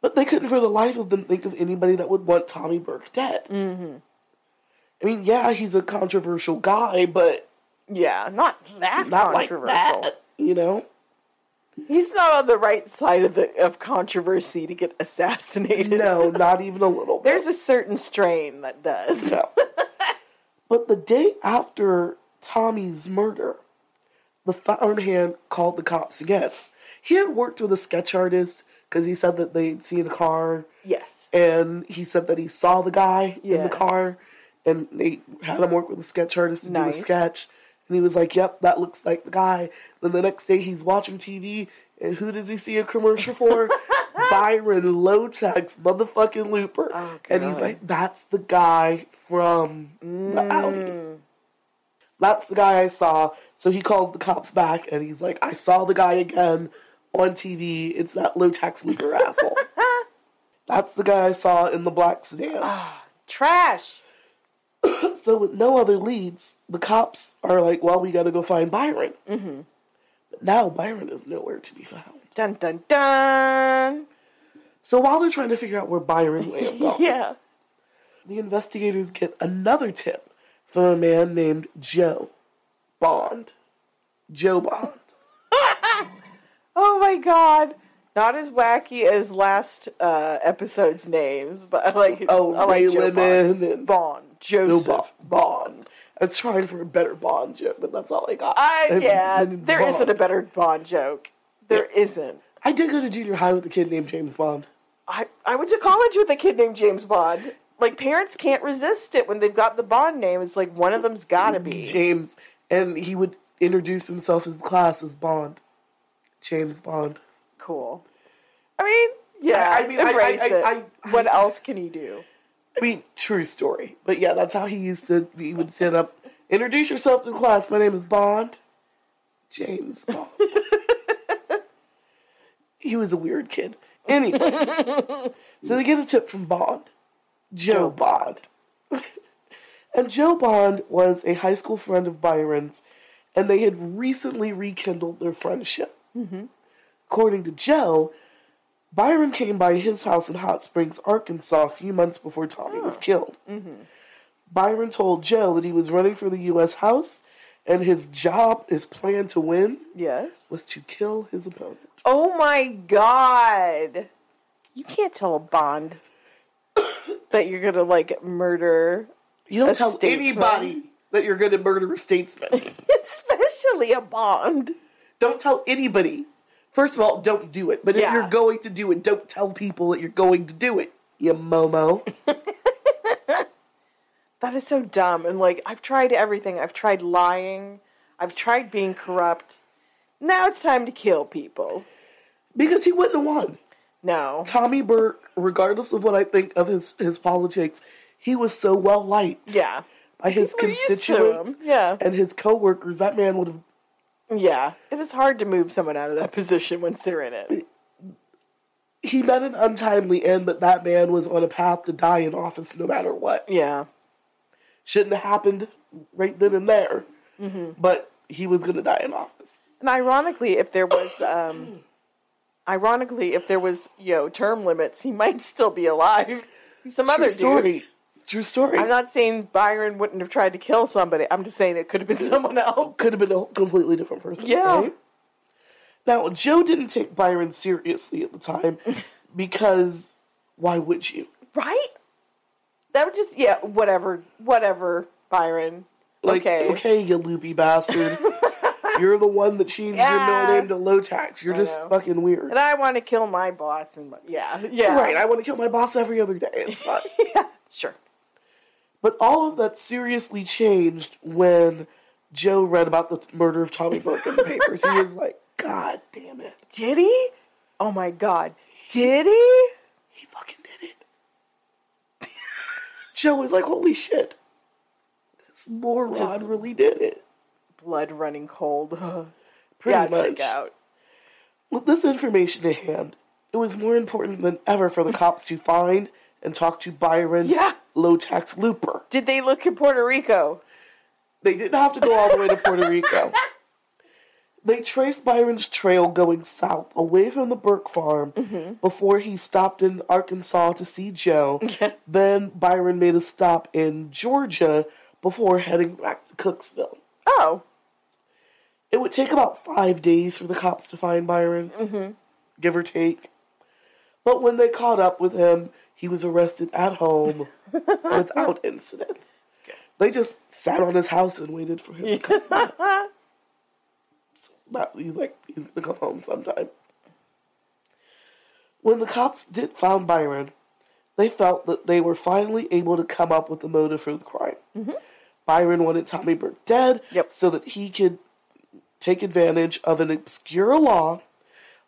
Speaker 1: But they couldn't for the life of them think of anybody that would want Tommy Burke dead. Mm-hmm. I mean, yeah, he's a controversial guy, but
Speaker 2: Yeah. yeah. Not that
Speaker 1: not like
Speaker 2: controversial.
Speaker 1: that, you know.
Speaker 2: He's not on the right side of the of controversy to get assassinated.
Speaker 1: No, not even a little. bit.
Speaker 2: There's a certain strain that does.
Speaker 1: No. but the day after Tommy's murder, the farmhand called the cops again. He had worked with a sketch artist because he said that they'd seen a car,
Speaker 2: Yes.
Speaker 1: and he said that he saw the guy in
Speaker 2: Yeah.
Speaker 1: the car, and they had him work with a sketch artist to do
Speaker 2: Nice.
Speaker 1: a sketch. And he was like, "Yep, that looks like the guy." Then the next day, he's watching TV, and who does he see a commercial for? Byron Low Tax motherfucking Looper, and he's like, "That's the guy from the Audi. That's the guy I saw." So he calls the cops back, and he's like, "I saw the guy again on TV. It's that Low Tax Looper asshole." That's the guy I saw in the black sedan.
Speaker 2: Trash.
Speaker 1: so with no other leads, the cops are like, "Well, we got to go find Byron." Mm-hmm. But now Byron is nowhere to be found.
Speaker 2: Dun dun dun.
Speaker 1: So while they're trying to figure out where Byron went,
Speaker 2: Yeah.
Speaker 1: the investigators get another tip from a man named Joe Bond. Joe Bond.
Speaker 2: Oh my god. Not as wacky as last uh, episode's names, but I like
Speaker 1: Oh,
Speaker 2: I like
Speaker 1: Ray
Speaker 2: Joe
Speaker 1: Lemmon
Speaker 2: Bond.
Speaker 1: and-
Speaker 2: Bond.
Speaker 1: Joe
Speaker 2: Joseph.
Speaker 1: Bond. Bond. I was trying for a better Bond joke, but that's all I got.
Speaker 2: I,
Speaker 1: And-
Speaker 2: yeah,
Speaker 1: and
Speaker 2: there
Speaker 1: Bond.
Speaker 2: not a better Bond joke. There not
Speaker 1: I did go to junior high with a kid named James Bond.
Speaker 2: I, I went to college with a kid named James Bond. Like parents can't resist it when they've got the Bond name. It's like one of them's got to be.
Speaker 1: James, and he would introduce himself in class as Bond. James Bond.
Speaker 2: Cool. I mean, yeah.
Speaker 1: I-
Speaker 2: I,
Speaker 1: I mean,
Speaker 2: mean,
Speaker 1: I-
Speaker 2: embrace
Speaker 1: I- I-
Speaker 2: it.
Speaker 1: I-
Speaker 2: what else can you do?
Speaker 1: I mean, true story. But yeah, that's how he used to. He would stand up, introduce yourself to class. My name is Bond, James Bond. he was a weird kid. Anyway, so they get a tip from Bond, Joe, Bond, and Joe Bond was a high school friend of Byron's, and they had recently rekindled their friendship. According to Joe, Byron came by his house in Hot Springs, Arkansas, a few months before Tommy was killed. Byron told Joe that he was running for the U.S. House and his job, his plan to win,
Speaker 2: Yes.
Speaker 1: was to kill his opponent.
Speaker 2: Oh my god. You can't tell a Bond that you're going to like murder,
Speaker 1: You don't
Speaker 2: A
Speaker 1: tell
Speaker 2: statesman.
Speaker 1: anybody that you're going to murder a statesman.
Speaker 2: especially a Bond.
Speaker 1: don't tell anybody. First of all, don't do it. But if
Speaker 2: Yeah.
Speaker 1: you're going to do it, don't tell people that you're going to do it, you momo.
Speaker 2: That is so dumb. And like, I've tried everything. I've tried lying. I've tried being corrupt. Now it's time to kill people.
Speaker 1: because he wouldn't have won.
Speaker 2: No.
Speaker 1: Tommy Burke, regardless of what I think of his, his politics, he was so well liked
Speaker 2: Yeah.
Speaker 1: by his
Speaker 2: People are used to
Speaker 1: constituents
Speaker 2: him, yeah.
Speaker 1: and his coworkers. That man would have
Speaker 2: Yeah. It is hard to move someone out of that position once they're in it.
Speaker 1: he met an untimely end, but that man was on a path to die in office no matter what.
Speaker 2: Yeah.
Speaker 1: Shouldn't have happened right then and there,
Speaker 2: Mm-hmm.
Speaker 1: but he was going to die in office.
Speaker 2: And ironically, if there was, um, ironically, if there was, you know, term limits, he might still be alive. He's some other
Speaker 1: True story.
Speaker 2: dude.
Speaker 1: True story.
Speaker 2: I'm not saying Byron wouldn't have tried to kill somebody. I'm just saying it could have been someone else.
Speaker 1: could have been a completely different person.
Speaker 2: Yeah.
Speaker 1: right? Now, Joe didn't take Byron seriously at the time because why would you?
Speaker 2: Right? That would just, yeah, whatever, whatever, Byron.
Speaker 1: Like,
Speaker 2: okay.
Speaker 1: okay, you loopy bastard. You're the one that changed your
Speaker 2: Yeah.
Speaker 1: middle name to low tax. You're just
Speaker 2: know.
Speaker 1: fucking weird.
Speaker 2: And I want to kill my boss. And yeah, yeah,
Speaker 1: Right, I want to kill my boss every other day. It's fine.
Speaker 2: sure.
Speaker 1: But all of that seriously changed when Joe read about the murder of Tommy Burke in the papers. He was like, God damn it.
Speaker 2: Did he? Oh my god. Did he?
Speaker 1: He fucking did it. Joe was like, holy shit. This moron really did it.
Speaker 2: Blood running cold.
Speaker 1: Pretty
Speaker 2: yeah,
Speaker 1: much.
Speaker 2: check out.
Speaker 1: With this information at hand, it was more important than ever for the cops to find and talk to Byron
Speaker 2: Yeah.
Speaker 1: Low Tax Looper.
Speaker 2: Did they look in Puerto Rico?
Speaker 1: They didn't have to go all the way to Puerto Rico. They traced Byron's trail going south, away from the Burke farm, before he stopped in Arkansas to see Joe. then Byron made a stop in Georgia before heading back to Cooksville.
Speaker 2: Oh.
Speaker 1: It would take about five days for the cops to find Byron, mm-hmm. give or take. But when they caught up with him, he was arrested at home without incident. They just sat on his house and waited for him to come back. So that, he's like, he's gonna come home sometime. When the cops did find Byron, they felt that they were finally able to come up with the motive for the crime. Byron wanted Tommy Burke dead
Speaker 2: Yep.
Speaker 1: so that he could take advantage of an obscure law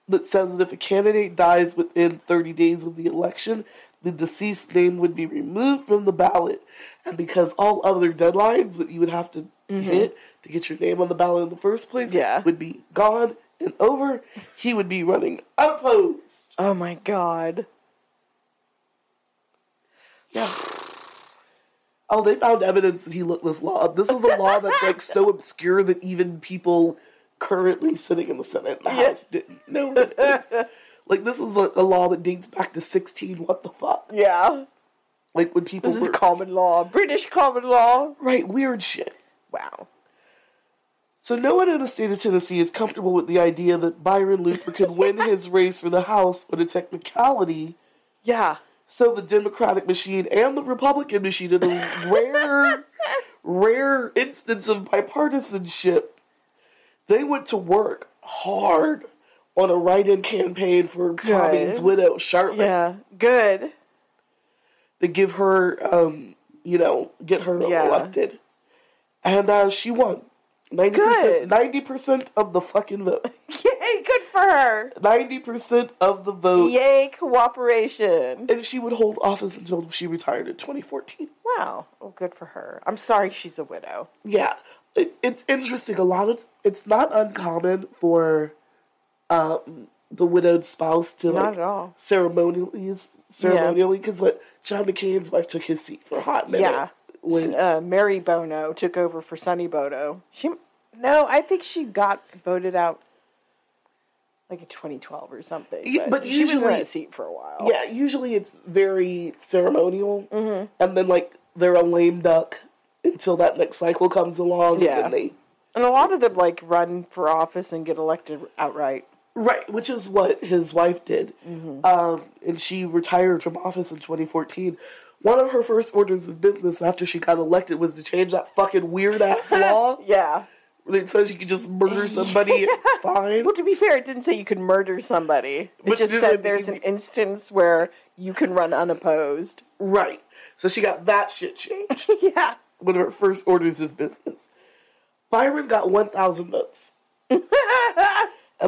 Speaker 1: that says that if a candidate dies within 30 days of the election, the deceased name would be removed from the ballot. And because all other deadlines that you would have to hit to get your name on the ballot in the first place
Speaker 2: Yeah.
Speaker 1: would be gone and over, he would be running unopposed.
Speaker 2: Oh my god.
Speaker 1: Yeah. Oh, they found evidence that he looked this law up. This is a law that's like so obscure that even people currently sitting in the Senate and the House didn't know what it is. Like this is a, a law that dates back to sixteen. What the fuck?
Speaker 2: Yeah.
Speaker 1: Like when people
Speaker 2: This is
Speaker 1: were-
Speaker 2: common law. British common law.
Speaker 1: right weird shit.
Speaker 2: Wow.
Speaker 1: So no one in the state of Tennessee is comfortable with the idea that Byron Looper could win his race for the House on a technicality.
Speaker 2: Yeah.
Speaker 1: So the Democratic machine and the Republican machine in a rare, rare instance of bipartisanship, they went to work hard on a write-in campaign for Tommy's widow, Charlotte,
Speaker 2: Yeah. Good.
Speaker 1: to give her, um, you know, get her
Speaker 2: Yeah.
Speaker 1: elected, and uh, she won. Ninety percent,
Speaker 2: Good.
Speaker 1: ninety percent of the fucking vote,
Speaker 2: Yay, good for her.
Speaker 1: ninety percent of the vote,
Speaker 2: Yay, cooperation.
Speaker 1: and she would hold office until she retired in twenty fourteen.
Speaker 2: Wow. Oh, good for her. I'm sorry she's a widow.
Speaker 1: yeah, it, it's interesting. A lot of it's not uncommon for um, the widowed spouse to
Speaker 2: Not
Speaker 1: like,
Speaker 2: at all.
Speaker 1: ceremonially ceremonially because what John McCain's wife took his seat for a hot minute.
Speaker 2: Yeah.
Speaker 1: when
Speaker 2: Uh, Mary Bono took over for Sonny Bono. She No, I think she got voted out like in 2012 or something.
Speaker 1: Yeah,
Speaker 2: But,
Speaker 1: but
Speaker 2: she was in
Speaker 1: usually-
Speaker 2: that seat for a while.
Speaker 1: yeah, usually it's very ceremonial, and then like they're a lame duck until that next cycle comes along.
Speaker 2: Yeah.
Speaker 1: and then they
Speaker 2: And a lot of them like run for office and get elected outright.
Speaker 1: Right, which is what his wife did. Um, and she retired from office in 2014. One of her first orders of business after she got elected was to change that fucking weird ass law
Speaker 2: Yeah.
Speaker 1: that says you can just murder somebody, it's fine.
Speaker 2: Well, to be fair, it didn't say you could murder somebody. It
Speaker 1: But
Speaker 2: just
Speaker 1: did it-
Speaker 2: said there's an instance where you can run unopposed.
Speaker 1: Right. So she got that shit changed.
Speaker 2: Yeah.
Speaker 1: One of her first orders of business. Byron got 1,000 votes. and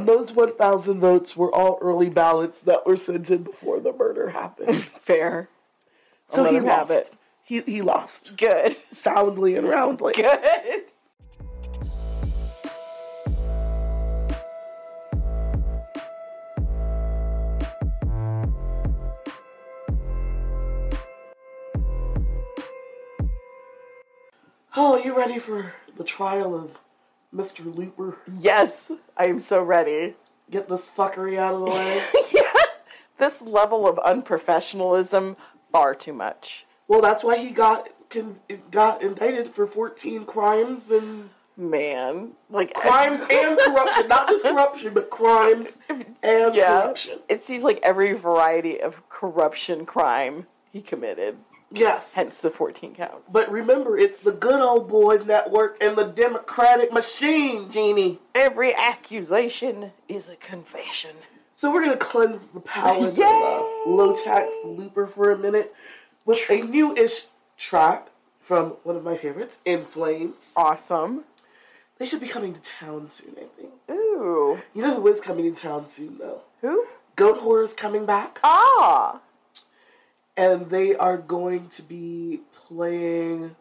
Speaker 1: those 1,000 votes were all early ballots that were sent in before the murder happened.
Speaker 2: Fair.
Speaker 1: so
Speaker 2: let
Speaker 1: he
Speaker 2: him have
Speaker 1: lost.
Speaker 2: it.
Speaker 1: He, he lost.
Speaker 2: Good.
Speaker 1: soundly and roundly.
Speaker 2: Good.
Speaker 1: Oh, you ready for the trial of Mr. Looper?
Speaker 2: Yes, I am so ready.
Speaker 1: Get this fuckery out of the way.
Speaker 2: This level of unprofessionalism, far too much.
Speaker 1: well, that's why he got con- got indicted for 14 crimes and
Speaker 2: Man. Like
Speaker 1: crimes and corruption, not just corruption, but crimes and
Speaker 2: yeah.
Speaker 1: corruption.
Speaker 2: It seems like every variety of corruption crime he committed.
Speaker 1: Yes.
Speaker 2: Hence the fourteen counts.
Speaker 1: but remember, it's the good old boy network and the Democratic machine, Jeannie.
Speaker 2: Every accusation is a confession.
Speaker 1: So we're gonna cleanse the palate
Speaker 2: Yay!
Speaker 1: of the low tax looper for a minute with a new-ish track from one of my favorites, In Flames.
Speaker 2: Awesome.
Speaker 1: They should be coming to town soon, I think.
Speaker 2: Ooh.
Speaker 1: You know who is coming to town soon though?
Speaker 2: Who?
Speaker 1: Goat Horror is coming back.
Speaker 2: Ah,
Speaker 1: and they are going to be playing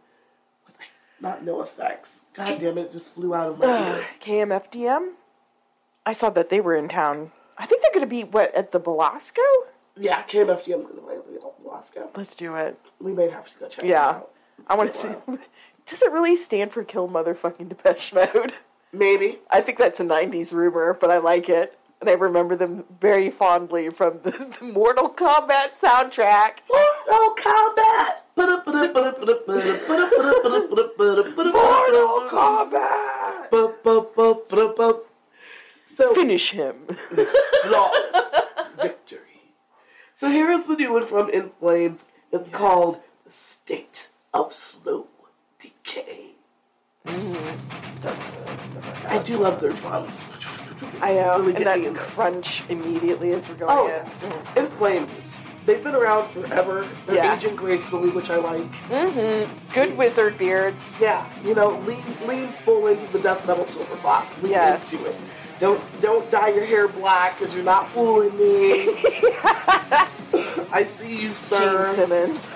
Speaker 1: not no effects. God damn it, just flew out of my ear.
Speaker 2: KMFDM. I saw that they were in town. I think they're going to be what at the Belasco.
Speaker 1: Yeah, KMFDM's gonna play with Leon Blasco.
Speaker 2: Let's do it.
Speaker 1: We may have to go check it
Speaker 2: Yeah,
Speaker 1: out.
Speaker 2: I want to see. Does it really stand for Kill Motherfucking Depeche Mode?
Speaker 1: Maybe.
Speaker 2: I think that's a '90s rumor, but I like it, and I remember them very fondly from the, the Mortal Kombat soundtrack.
Speaker 1: Mortal Kombat! Mortal Kombat! So
Speaker 2: Finish him.
Speaker 1: flawless victory. So here is the new one from In Flames. It's called The State of Slow Decay. I do love their drums.
Speaker 2: I know,
Speaker 1: Really get me
Speaker 2: and
Speaker 1: in
Speaker 2: that
Speaker 1: there.
Speaker 2: crunch immediately as we're going
Speaker 1: Oh,
Speaker 2: in.
Speaker 1: In Flames. They've been around forever. They're
Speaker 2: Yeah.
Speaker 1: aging gracefully, which I like.
Speaker 2: Good wizard beards.
Speaker 1: Yeah, you know, lean lean full into the death metal silver fox. Lean
Speaker 2: Yes.
Speaker 1: into it. Don't don't dye your hair black because you're not fooling me. I see you, sir.
Speaker 2: Gene Simmons.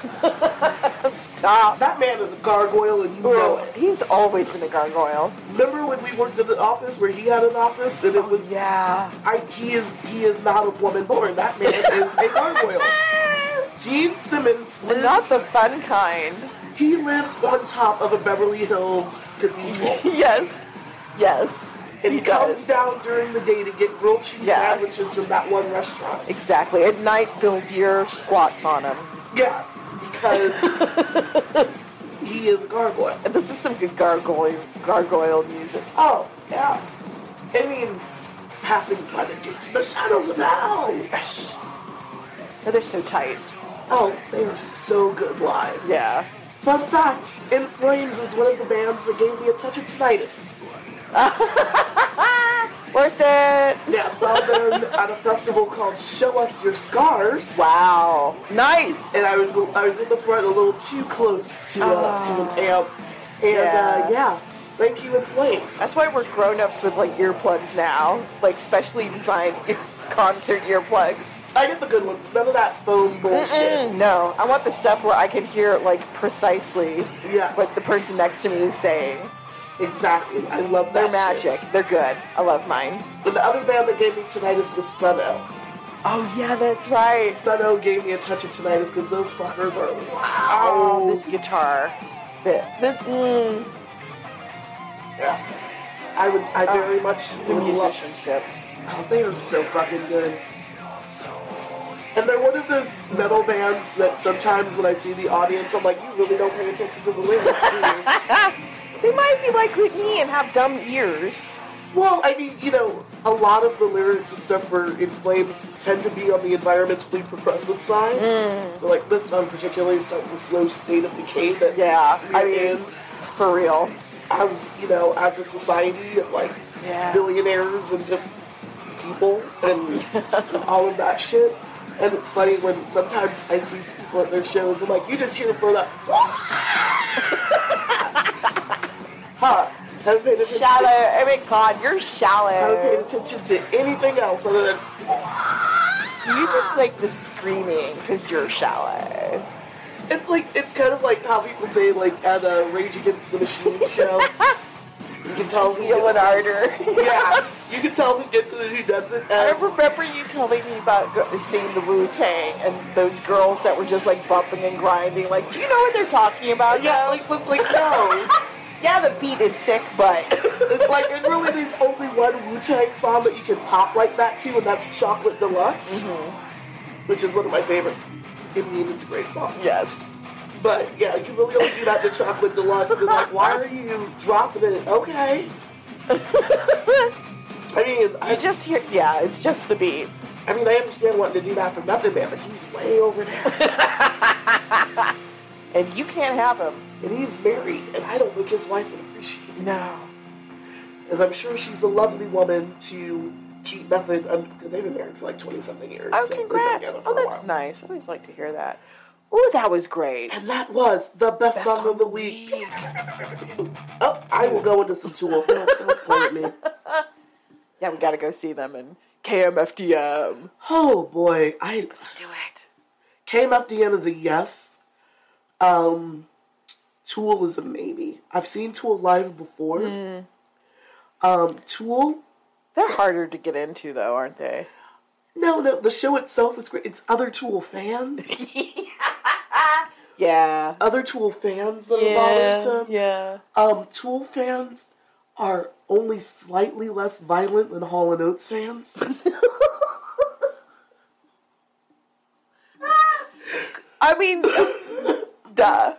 Speaker 1: Uh,
Speaker 2: Stop.
Speaker 1: That man is a gargoyle, and you know it.
Speaker 2: He's always been a gargoyle.
Speaker 1: Remember when we worked in an office where he had an office, and it was
Speaker 2: Oh, Yeah.
Speaker 1: I, he is he is not a woman born. That man is a gargoyle. Gene Simmons lives.
Speaker 2: Not the fun kind.
Speaker 1: he lives on top of a Beverly Hills cathedral.
Speaker 2: Yes. Yes.
Speaker 1: And he
Speaker 2: does.
Speaker 1: comes down during the day to get grilled cheese
Speaker 2: Yeah.
Speaker 1: sandwiches from that one restaurant.
Speaker 2: Exactly. At night, Bill Deer squats on him.
Speaker 1: Yeah, because he is a gargoyle.
Speaker 2: And this is some good gargoyle, gargoyle music.
Speaker 1: Oh, yeah. I mean, passing by the gates of the shadows of hell.
Speaker 2: Oh, they're so tight.
Speaker 1: Oh, they are so good live.
Speaker 2: Yeah.
Speaker 1: Fun fact, In Flames is one of the bands that gave me a touch of tinnitus.
Speaker 2: Worth it.
Speaker 1: Yeah, I saw them at a festival called Show Us Your Scars.
Speaker 2: Wow. Nice.
Speaker 1: and I was I was in the front a little too close to uh, to an amp, and
Speaker 2: Yeah.
Speaker 1: uh, yeah, thank you in flames.
Speaker 2: That's why we're grown ups with like earplugs now, like specially designed concert earplugs.
Speaker 1: I get the good ones. None of that foam bullshit.
Speaker 2: No, I want the stuff where I can hear like precisely
Speaker 1: Yes.
Speaker 2: what the person next to me is saying.
Speaker 1: Exactly, I love that.
Speaker 2: They're
Speaker 1: shit.
Speaker 2: magic. They're good. I love mine.
Speaker 1: And the other band that gave me tinnitus was Sunno.
Speaker 2: Oh yeah, that's right.
Speaker 1: Sunno gave me a touch of tinnitus because those fuckers are wow.
Speaker 2: Oh, this guitar. Th- This mm,
Speaker 1: Yes. I would. I very much
Speaker 2: the
Speaker 1: would love.
Speaker 2: musicianship.
Speaker 1: Oh, they are so fucking good. And they're one of those metal bands that sometimes when I see the audience, I'm like, you really don't pay attention to the lyrics. do you?"
Speaker 2: Ah, They might be like with me and have dumb ears.
Speaker 1: Well, I mean, you know, a lot of the lyrics, except for In Flames, tend to be on the environmentally progressive side.
Speaker 2: Mm.
Speaker 1: So, like, this song particularly is like the slow state of decay that
Speaker 2: Yeah,
Speaker 1: we're
Speaker 2: I mean,
Speaker 1: in
Speaker 2: for real.
Speaker 1: as, you know, as a society of, like,
Speaker 2: Yeah.
Speaker 1: billionaires and just people and, and all of that shit. And it's funny when sometimes I see people at their shows, I'm like, you just here for that. huh. Haven't paid attention to
Speaker 2: Shallow. Oh my god, you're
Speaker 1: I
Speaker 2: shallow.
Speaker 1: haven't paid attention to anything else other than
Speaker 2: You just like the screaming because you're shallow.
Speaker 1: it's like it's kind of like how people say like at a Rage Against the Machine show. you can tell who
Speaker 2: Zeal and ardor.
Speaker 1: Yeah, you can tell who gets it and who doesn't.
Speaker 2: I
Speaker 1: And
Speaker 2: remember you telling me about go- seeing the Wu Tang and those girls that were just like bumping and grinding. Like, do you know what they're talking about?
Speaker 1: yeah,
Speaker 2: now?"
Speaker 1: like looks like no.
Speaker 2: yeah, the beat is sick, but
Speaker 1: it's like and really there's only one Wu Tang song that you can pop like that to, and that's Chocolate Deluxe,
Speaker 2: Mm-hmm.
Speaker 1: which is one of my favorite. I mean, it's a great song.
Speaker 2: yes,
Speaker 1: But yeah, you can really only do that to Chocolate Deluxe. And like, why are you dropping it? Okay. I mean, I
Speaker 2: you just hear. Yeah, it's just the beat.
Speaker 1: I mean, I understand wanting to do that for nothing man, but he's way over there.
Speaker 2: And you can't have him.
Speaker 1: and he's married, and I don't think his wife would appreciate it.
Speaker 2: No.
Speaker 1: As I'm sure she's a lovely woman to keep nothing, because they've been married for like 20 something years.
Speaker 2: Oh,
Speaker 1: so they've been
Speaker 2: congrats.
Speaker 1: together for
Speaker 2: Oh,
Speaker 1: a
Speaker 2: that's
Speaker 1: while.
Speaker 2: nice. I always like to hear that. Oh, that was great.
Speaker 1: And that was the best, song, of the week. oh, I will go into some tool. Don't, don't play at me.
Speaker 2: Yeah, we got to go see them and KMFDM.
Speaker 1: Oh boy, I
Speaker 2: Do it.
Speaker 1: KMFDM is a yes. Um, Tool is a maybe. I've seen Tool live before.
Speaker 2: Hmm.
Speaker 1: Um, Tool,
Speaker 2: They're harder to get into though, aren't they?
Speaker 1: no, no. The show itself is great. It's other Tool fans,
Speaker 2: Yeah.
Speaker 1: other Tool fans that are
Speaker 2: Yeah.
Speaker 1: bothersome.
Speaker 2: Yeah.
Speaker 1: Um, Tool fans are only slightly less violent than Hall and Oates fans.
Speaker 2: I mean, duh.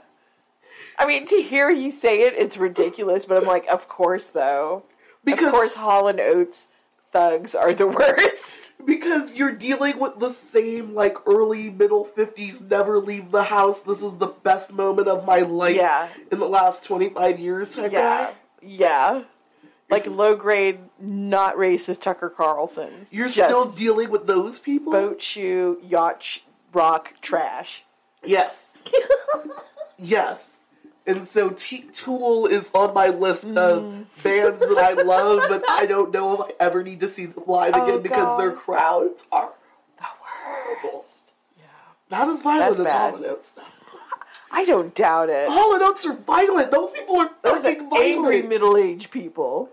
Speaker 2: I mean, to hear you say it, it's ridiculous, but I'm like, of course, though.
Speaker 1: Because-
Speaker 2: of course, Hall and Oates thugs are the worst.
Speaker 1: because you're dealing with the same like early middle 50s never leave the house this is the best moment of my life
Speaker 2: Yeah.
Speaker 1: in the last 25 years type
Speaker 2: Yeah.
Speaker 1: guy.
Speaker 2: Yeah. Like low grade, not racist Tucker Carlson's.
Speaker 1: you're
Speaker 2: Just
Speaker 1: still dealing with those people
Speaker 2: boat shoe, yacht, sh- rock, trash.
Speaker 1: yes yes and so T- tool is on my list
Speaker 2: Mm.
Speaker 1: of bands that i love but i don't know if i ever need to see them live again
Speaker 2: Oh,
Speaker 1: because their crowds are the worst not as violent
Speaker 2: That's
Speaker 1: as
Speaker 2: bad.
Speaker 1: Hall and Oates.
Speaker 2: I don't doubt it.
Speaker 1: Hall and Oates are violent. Those people are
Speaker 2: Those are
Speaker 1: fucking violent.
Speaker 2: angry middle aged people.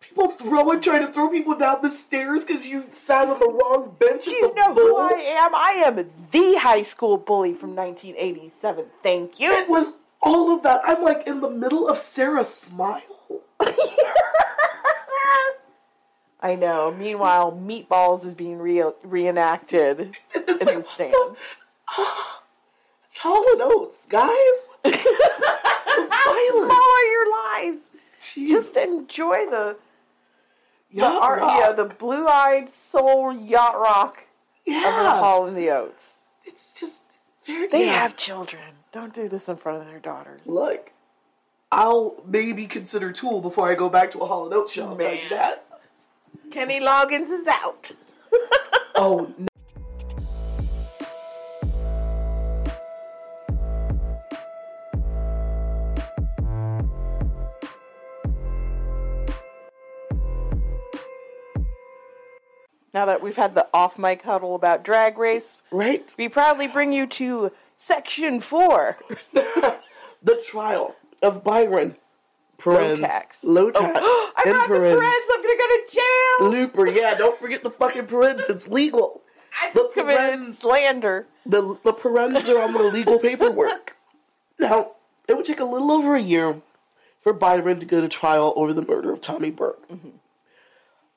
Speaker 1: people throwing, trying to throw people down the stairs because you sat on the wrong bench.
Speaker 2: Do
Speaker 1: at
Speaker 2: you
Speaker 1: the
Speaker 2: know who
Speaker 1: bowl.
Speaker 2: I am? I am the high school bully from 1987. Thank you.
Speaker 1: It was all of that. I'm like in the middle of Sarah Smile.
Speaker 2: I know. Meanwhile, Meatballs is being re- reenacted in the stands.
Speaker 1: It's Hall and Oates, guys.
Speaker 2: How small are your lives?
Speaker 1: Jeez.
Speaker 2: Just enjoy the the,
Speaker 1: Yacht
Speaker 2: art,
Speaker 1: rock.
Speaker 2: you know, the blue-eyed soul yacht rock of the
Speaker 1: yeah.
Speaker 2: Hall and the Oats.
Speaker 1: It's just very.
Speaker 2: They
Speaker 1: yeah.
Speaker 2: have children. Don't do this in front of their daughters.
Speaker 1: look. I'll maybe consider Tool before I go back to a Hall and Oates show. I'll tell you
Speaker 2: Man.
Speaker 1: that.
Speaker 2: Kenny Loggins is out.
Speaker 1: Oh
Speaker 2: Now that we've had the off mic huddle about drag race,
Speaker 1: Right?
Speaker 2: we proudly bring you to section four.
Speaker 1: The trial of Byron. Low
Speaker 2: tax.
Speaker 1: Low tax.
Speaker 2: I
Speaker 1: and
Speaker 2: got the
Speaker 1: Perens.
Speaker 2: press. I'm gonna go to jail.
Speaker 1: Looper, yeah, don't forget the fucking parens. It's legal.
Speaker 2: I
Speaker 1: The
Speaker 2: just committed
Speaker 1: Perens.
Speaker 2: slander.
Speaker 1: The the parens are on the legal paperwork. Now, it would take a little over a year for Byron to go to trial over the murder of Tommy Burke.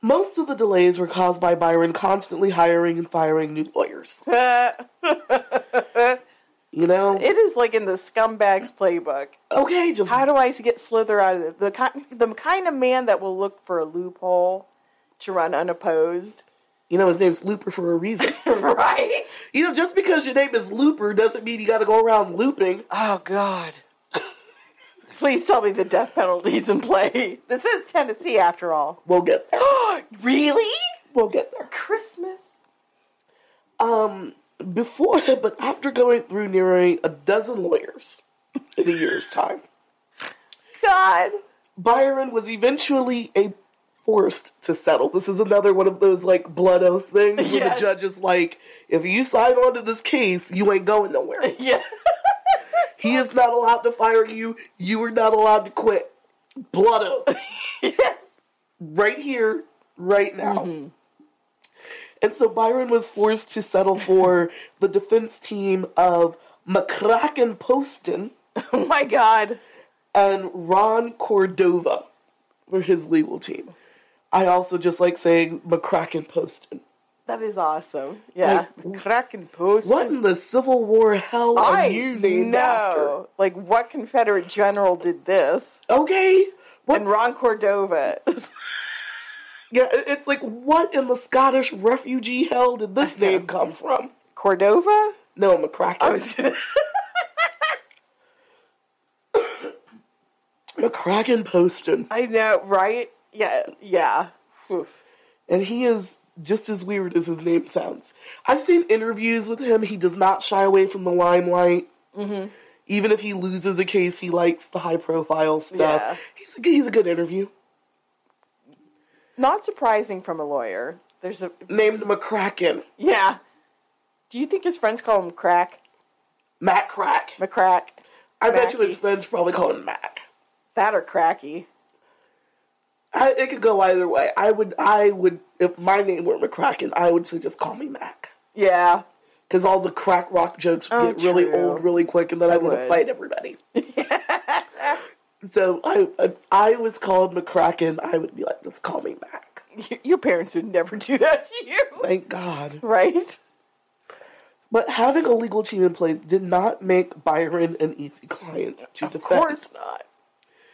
Speaker 1: Most of the delays were caused by Byron constantly hiring and firing new lawyers. you know?
Speaker 2: It is like in the scumbags playbook.
Speaker 1: okay, just
Speaker 2: How do I get Slither out of it? The kind, the kind of man that will look for a loophole to run unopposed.
Speaker 1: you know his name's Looper for a reason.
Speaker 2: Right?
Speaker 1: you know, just because your name is Looper doesn't mean you gotta go around looping.
Speaker 2: Oh, God. Please tell me the death penalty's in play. This is Tennessee, after all.
Speaker 1: We'll get there.
Speaker 2: Really?
Speaker 1: We'll get there. Um,
Speaker 2: Christmas?
Speaker 1: before, but after going through nearly a dozen lawyers in a year's time,
Speaker 2: God.
Speaker 1: Byron was eventually a forced to settle. This is another one of those like blood oath things where the
Speaker 2: Yes.
Speaker 1: judge is like, if you sign on to this case, you ain't going nowhere.
Speaker 2: Yeah.
Speaker 1: he is not allowed to fire you. You are not allowed to quit. Blood oath.
Speaker 2: Yes. Mm-hmm.
Speaker 1: right here, right now. And so Byron was forced to settle for the defense team of McCracken Poston.
Speaker 2: Oh, my God.
Speaker 1: and Ron Cordova for his legal team. I also just like saying McCracken Poston.
Speaker 2: That is awesome. Yeah. Kraken post.
Speaker 1: What in the Civil War hell are
Speaker 2: I
Speaker 1: you named
Speaker 2: know.
Speaker 1: after?
Speaker 2: Like, what Confederate general did this?
Speaker 1: Okay. What's,
Speaker 2: And Ron Cordova.
Speaker 1: Yeah, it- it's like what in the Scottish refugee hell did this name come from?
Speaker 2: Cordova?
Speaker 1: No, McCracken.
Speaker 2: I was gonna.
Speaker 1: McCracken Poston,
Speaker 2: I know, right? Yeah, yeah. Oof.
Speaker 1: and he is just as weird as his name sounds. I've seen interviews with him. He does not shy away from the limelight.
Speaker 2: Mm-hmm.
Speaker 1: Even if he loses a case, he likes the high profile stuff.
Speaker 2: Yeah.
Speaker 1: He's a, he's a good interview.
Speaker 2: Not surprising from a lawyer. There's a
Speaker 1: named McCracken.
Speaker 2: yeah. Do you think his friends call him Crack
Speaker 1: Matt Crack.
Speaker 2: McCrack?
Speaker 1: I bet you
Speaker 2: Cracky.
Speaker 1: his friends probably call him Mac.
Speaker 2: That or Cracky?
Speaker 1: I, it could go either way. I would, I would, if my name were McCracken, I would say just call me Mac.
Speaker 2: Yeah.
Speaker 1: Because all the crack rock jokes
Speaker 2: Oh,
Speaker 1: get really
Speaker 2: true.
Speaker 1: old really quick, and then I want to
Speaker 2: would.
Speaker 1: fight everybody. so I, if I was called McCracken, I would be like, just call me Mac.
Speaker 2: Y- Your parents would never do that to you,
Speaker 1: Thank God.
Speaker 2: right?
Speaker 1: But having a legal team in place did not make Byron an easy client to defend.
Speaker 2: Of course not.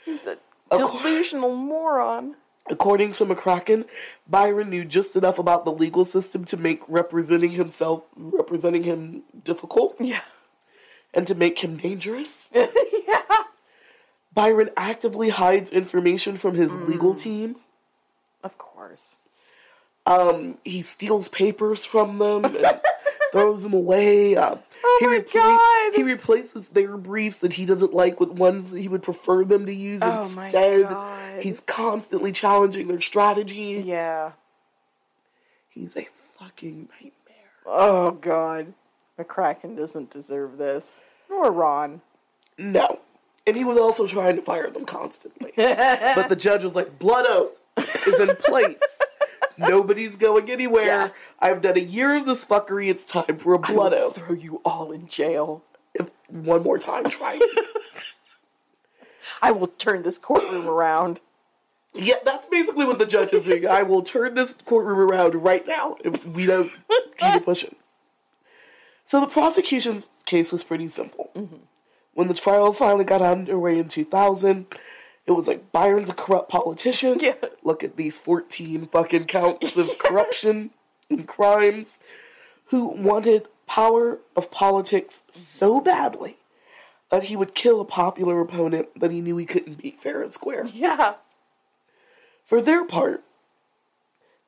Speaker 2: He's a delusional moron.
Speaker 1: According to McCracken, Byron knew just enough about the legal system to make representing himself representing him difficult.
Speaker 2: Yeah.
Speaker 1: and to make him dangerous. Byron actively hides information from his
Speaker 2: Mm.
Speaker 1: legal team.
Speaker 2: Of course.
Speaker 1: He steals papers from them and throws them away. Uh, he
Speaker 2: Oh my
Speaker 1: repla-
Speaker 2: God.
Speaker 1: He replaces their briefs that he doesn't like with ones that he would prefer them to use
Speaker 2: Oh my
Speaker 1: instead.
Speaker 2: God.
Speaker 1: He's constantly challenging their strategy.
Speaker 2: Yeah.
Speaker 1: He's a fucking nightmare.
Speaker 2: Oh God. McCracken doesn't deserve this. Nor Ron.
Speaker 1: No. And he was also trying to fire them constantly. but the judge was like, blood oath is in place. Nobody's going anywhere.
Speaker 2: Yeah.
Speaker 1: I've done a year of this fuckery. It's time for a blood
Speaker 2: will
Speaker 1: oath.
Speaker 2: throw you all in jail.
Speaker 1: If one more time, try it.
Speaker 2: I will turn this courtroom around.
Speaker 1: yeah, that's basically what the judge is doing. I will turn this courtroom around right now if we don't keep it pushing. So the prosecution's case was pretty simple. When the trial finally got underway in 2000, it was like Byron's a corrupt politician.
Speaker 2: Yeah.
Speaker 1: Look at these 14 fucking counts of corruption and crimes. Who wanted power of politics so badly that he would kill a popular opponent that he knew he couldn't beat fair and square.
Speaker 2: Yeah.
Speaker 1: For their part,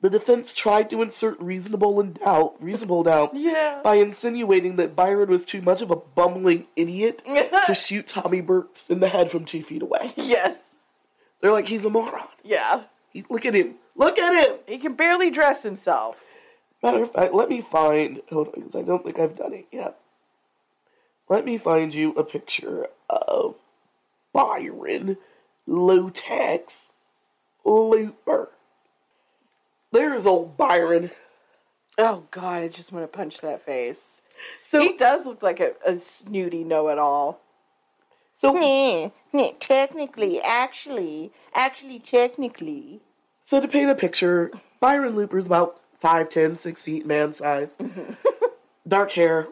Speaker 1: the defense tried to insert reasonable in doubt, reasonable doubt,
Speaker 2: Yeah.
Speaker 1: by insinuating that Byron was too much of a bumbling idiot to shoot Tommy Burks in the head from two feet away.
Speaker 2: Yes.
Speaker 1: They're like, he's a moron.
Speaker 2: Yeah.
Speaker 1: He, look at him. Look at him.
Speaker 2: He can barely dress himself.
Speaker 1: Matter of fact, let me find. Hold on, because I don't think I've done it yet. Let me find you a picture of Byron Lutex Looper. There's old Byron.
Speaker 2: Oh God, I just want to punch that face.
Speaker 1: So
Speaker 2: he does look like a, a snooty know-it-all.
Speaker 1: So,
Speaker 2: Nyeh, nyeh, technically, actually, actually, technically.
Speaker 1: so to paint a picture, Byron Looper's about 5'10", 6 feet, man size.
Speaker 2: Mm-hmm.
Speaker 1: Dark hair.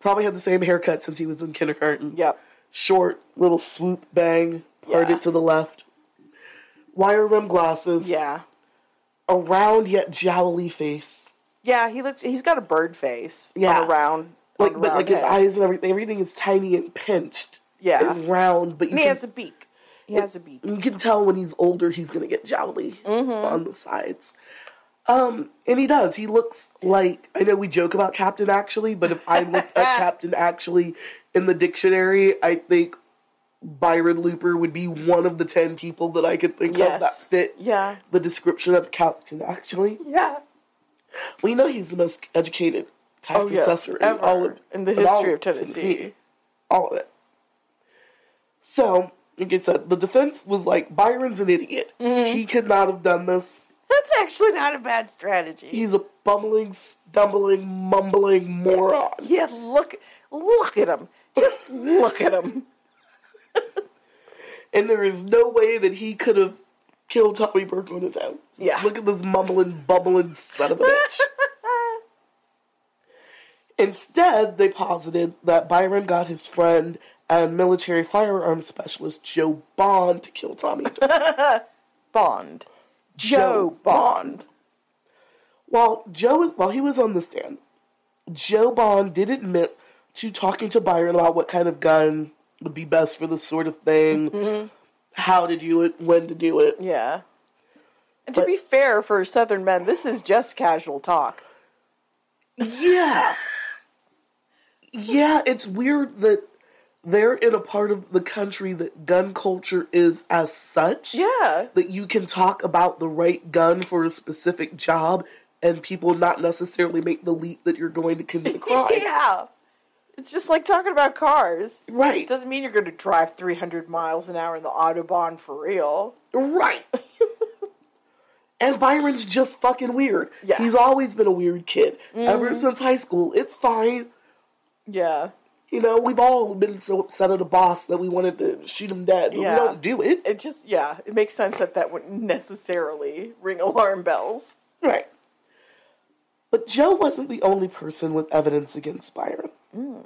Speaker 1: Probably had the same haircut since he was in kindergarten.
Speaker 2: Yep.
Speaker 1: Short, little swoop bang, parted
Speaker 2: Yeah.
Speaker 1: to the left. Wire rim glasses.
Speaker 2: Yeah.
Speaker 1: A round yet jowly face.
Speaker 2: Yeah, he looks. He's got a bird face.
Speaker 1: Yeah.
Speaker 2: On a round.
Speaker 1: Like,
Speaker 2: on a
Speaker 1: but
Speaker 2: round
Speaker 1: like his
Speaker 2: head.
Speaker 1: eyes and everything, everything is tiny and pinched.
Speaker 2: Yeah.
Speaker 1: And round, but you
Speaker 2: And he
Speaker 1: can,
Speaker 2: has a beak. He has a beak.
Speaker 1: you can tell when he's older he's gonna get jowly
Speaker 2: Mm-hmm.
Speaker 1: on the sides. Um, and he does. He looks like I know we joke about Captain Actually, but if I looked up Captain Actually in the dictionary, I think Byron Looper would be one of the ten people that I could think of that
Speaker 2: Yes.
Speaker 1: fit
Speaker 2: Yeah.
Speaker 1: the description of Captain Actually.
Speaker 2: Yeah.
Speaker 1: We know he's the most educated tax
Speaker 2: Oh, yes,
Speaker 1: assessor in
Speaker 2: ever.
Speaker 1: all of
Speaker 2: In the
Speaker 1: in all
Speaker 2: history of Tennessee.
Speaker 1: all of it. So, like I said, the defense was like, Byron's an idiot.
Speaker 2: Mm-hmm.
Speaker 1: He could not have done this.
Speaker 2: That's actually not a bad strategy.
Speaker 1: He's a bumbling, stumbling, mumbling moron.
Speaker 2: Yeah, look, look at him. Just look at him.
Speaker 1: And there is no way that he could have killed Tommy Burke on his own.
Speaker 2: Yeah.
Speaker 1: Look at this mumbling, bumbling son of a bitch. Instead, they posited that Byron got his friend and military firearms specialist Joe Bond to kill Tommy.
Speaker 2: Bond. Joe Bond.
Speaker 1: while Joe was, while he was on the stand, Joe Bond did admit to talking to Byron about what kind of gun would be best for this sort of thing, how to do it, when to do it.
Speaker 2: Mm-hmm. Yeah. And to be fair, for Southern men, this is just casual talk.
Speaker 1: Yeah. Yeah, it's weird that they're in a part of the country that gun culture is as such.
Speaker 2: Yeah.
Speaker 1: That you can talk about the right gun for a specific job and people not necessarily make the leap that you're going to commit a crime.
Speaker 2: Yeah. It's just like talking about cars.
Speaker 1: Right.
Speaker 2: Doesn't mean you're going to drive 300 miles an hour in the Autobahn for real.
Speaker 1: Right. and Byron's just fucking weird.
Speaker 2: Yeah. Mm-hmm.
Speaker 1: He's always been a weird kid. Ever since high school. It's fine.
Speaker 2: Yeah.
Speaker 1: You know, we've all been so upset at a boss that we wanted to shoot him dead. But
Speaker 2: Yeah.
Speaker 1: We don't do it.
Speaker 2: It just, yeah, it makes sense that that wouldn't necessarily ring alarm bells.
Speaker 1: Right. But Joe wasn't the only person with evidence against Byron.
Speaker 2: Mm.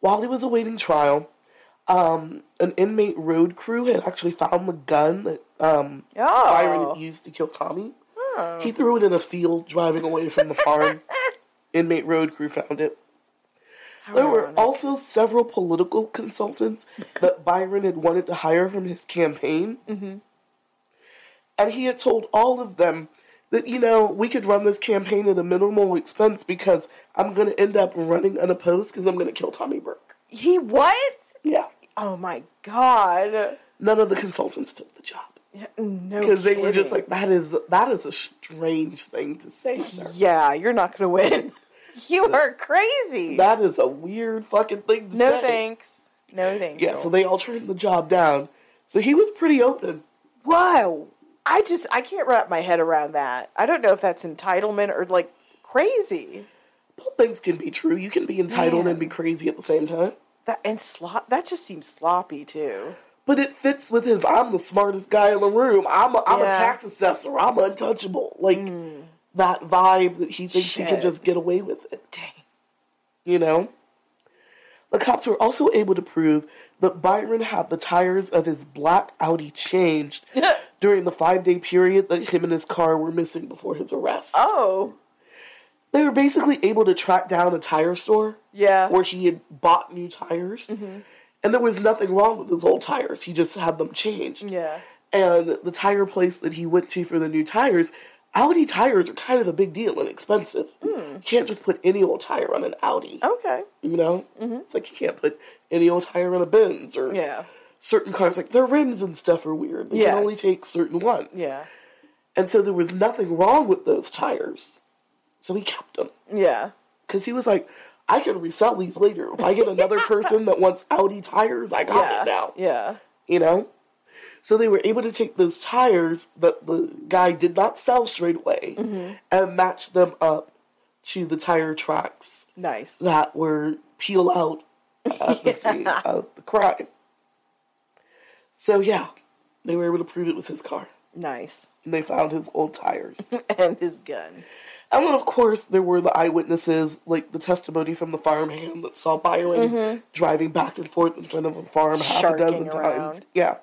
Speaker 1: While he was awaiting trial, um, an inmate road crew had actually found the gun that um,
Speaker 2: Oh.
Speaker 1: Byron had used to kill Tommy. He threw it in a field driving away from the farm. inmate road crew found it. There were also several political consultants that Byron had wanted to hire from his campaign. And he had told all of them that, you know, we could run this campaign at a minimal expense because I'm going to end up running unopposed because I'm going to kill Tommy Burke.
Speaker 2: He what?
Speaker 1: Yeah.
Speaker 2: Oh my god.
Speaker 1: None of the consultants took the job
Speaker 2: No.
Speaker 1: because they were just
Speaker 2: kidding.
Speaker 1: like, that is that is a strange thing to say, sir.
Speaker 2: yeah, you're not going to win. you are crazy.
Speaker 1: That is a weird fucking thing to
Speaker 2: no
Speaker 1: say.
Speaker 2: thanks. No thanks.
Speaker 1: Yeah, so they all turned the job down. So he was pretty open.
Speaker 2: Wow. I just I can't wrap my head around that. I don't know if that's entitlement or like crazy.
Speaker 1: Both things can be true. You can be entitled and be crazy at the same time.
Speaker 2: That and slop that just seems sloppy too.
Speaker 1: But it fits with his I'm the smartest guy in the room. I'm a, I'm a
Speaker 2: Yeah. Hmm.
Speaker 1: tax assessor. I'm untouchable. Like that vibe that he thinks he can
Speaker 2: Shit.
Speaker 1: just get away with it. Dang. You know? The cops were also able to prove that Byron had the tires of his black Audi changed during the five day period that him and his car were missing before his arrest.
Speaker 2: Oh.
Speaker 1: They were basically able to track down a tire store
Speaker 2: Yeah. Mm-hmm.
Speaker 1: where he had bought new tires. And there was nothing wrong with his old tires. He just had them changed.
Speaker 2: Yeah.
Speaker 1: And the tire place that he went to for the new tires, Audi tires are kind of a big deal and expensive.
Speaker 2: Hmm.
Speaker 1: You can't just put any old tire on an Audi.
Speaker 2: Okay.
Speaker 1: You know? It's like you can't put any old tire on a Benz or
Speaker 2: Mm-hmm. Yeah.
Speaker 1: certain cars. Like their rims and stuff are weird. They can only
Speaker 2: Yes.
Speaker 1: take certain ones.
Speaker 2: Yeah.
Speaker 1: And so there was nothing wrong with those tires. So he kept them.
Speaker 2: Yeah.
Speaker 1: Because he was like, I can resell these later. If I get another person that wants Audi tires, I got
Speaker 2: Yeah.
Speaker 1: it now.
Speaker 2: Yeah.
Speaker 1: You know? So they were able to take those tires that the guy did not sell straight away and match them up to the tire tracks
Speaker 2: Nice.
Speaker 1: that were peel out at the scene of the crime. So yeah, they were able to prove it was his car.
Speaker 2: Nice.
Speaker 1: And they found his old tires.
Speaker 2: And his gun.
Speaker 1: And then, of course, there were the eyewitnesses, like the testimony from the farmhand that saw Byron driving back and forth in front of a farm half a
Speaker 2: Mm-hmm. Sharking
Speaker 1: dozen times.
Speaker 2: around.
Speaker 1: Yeah.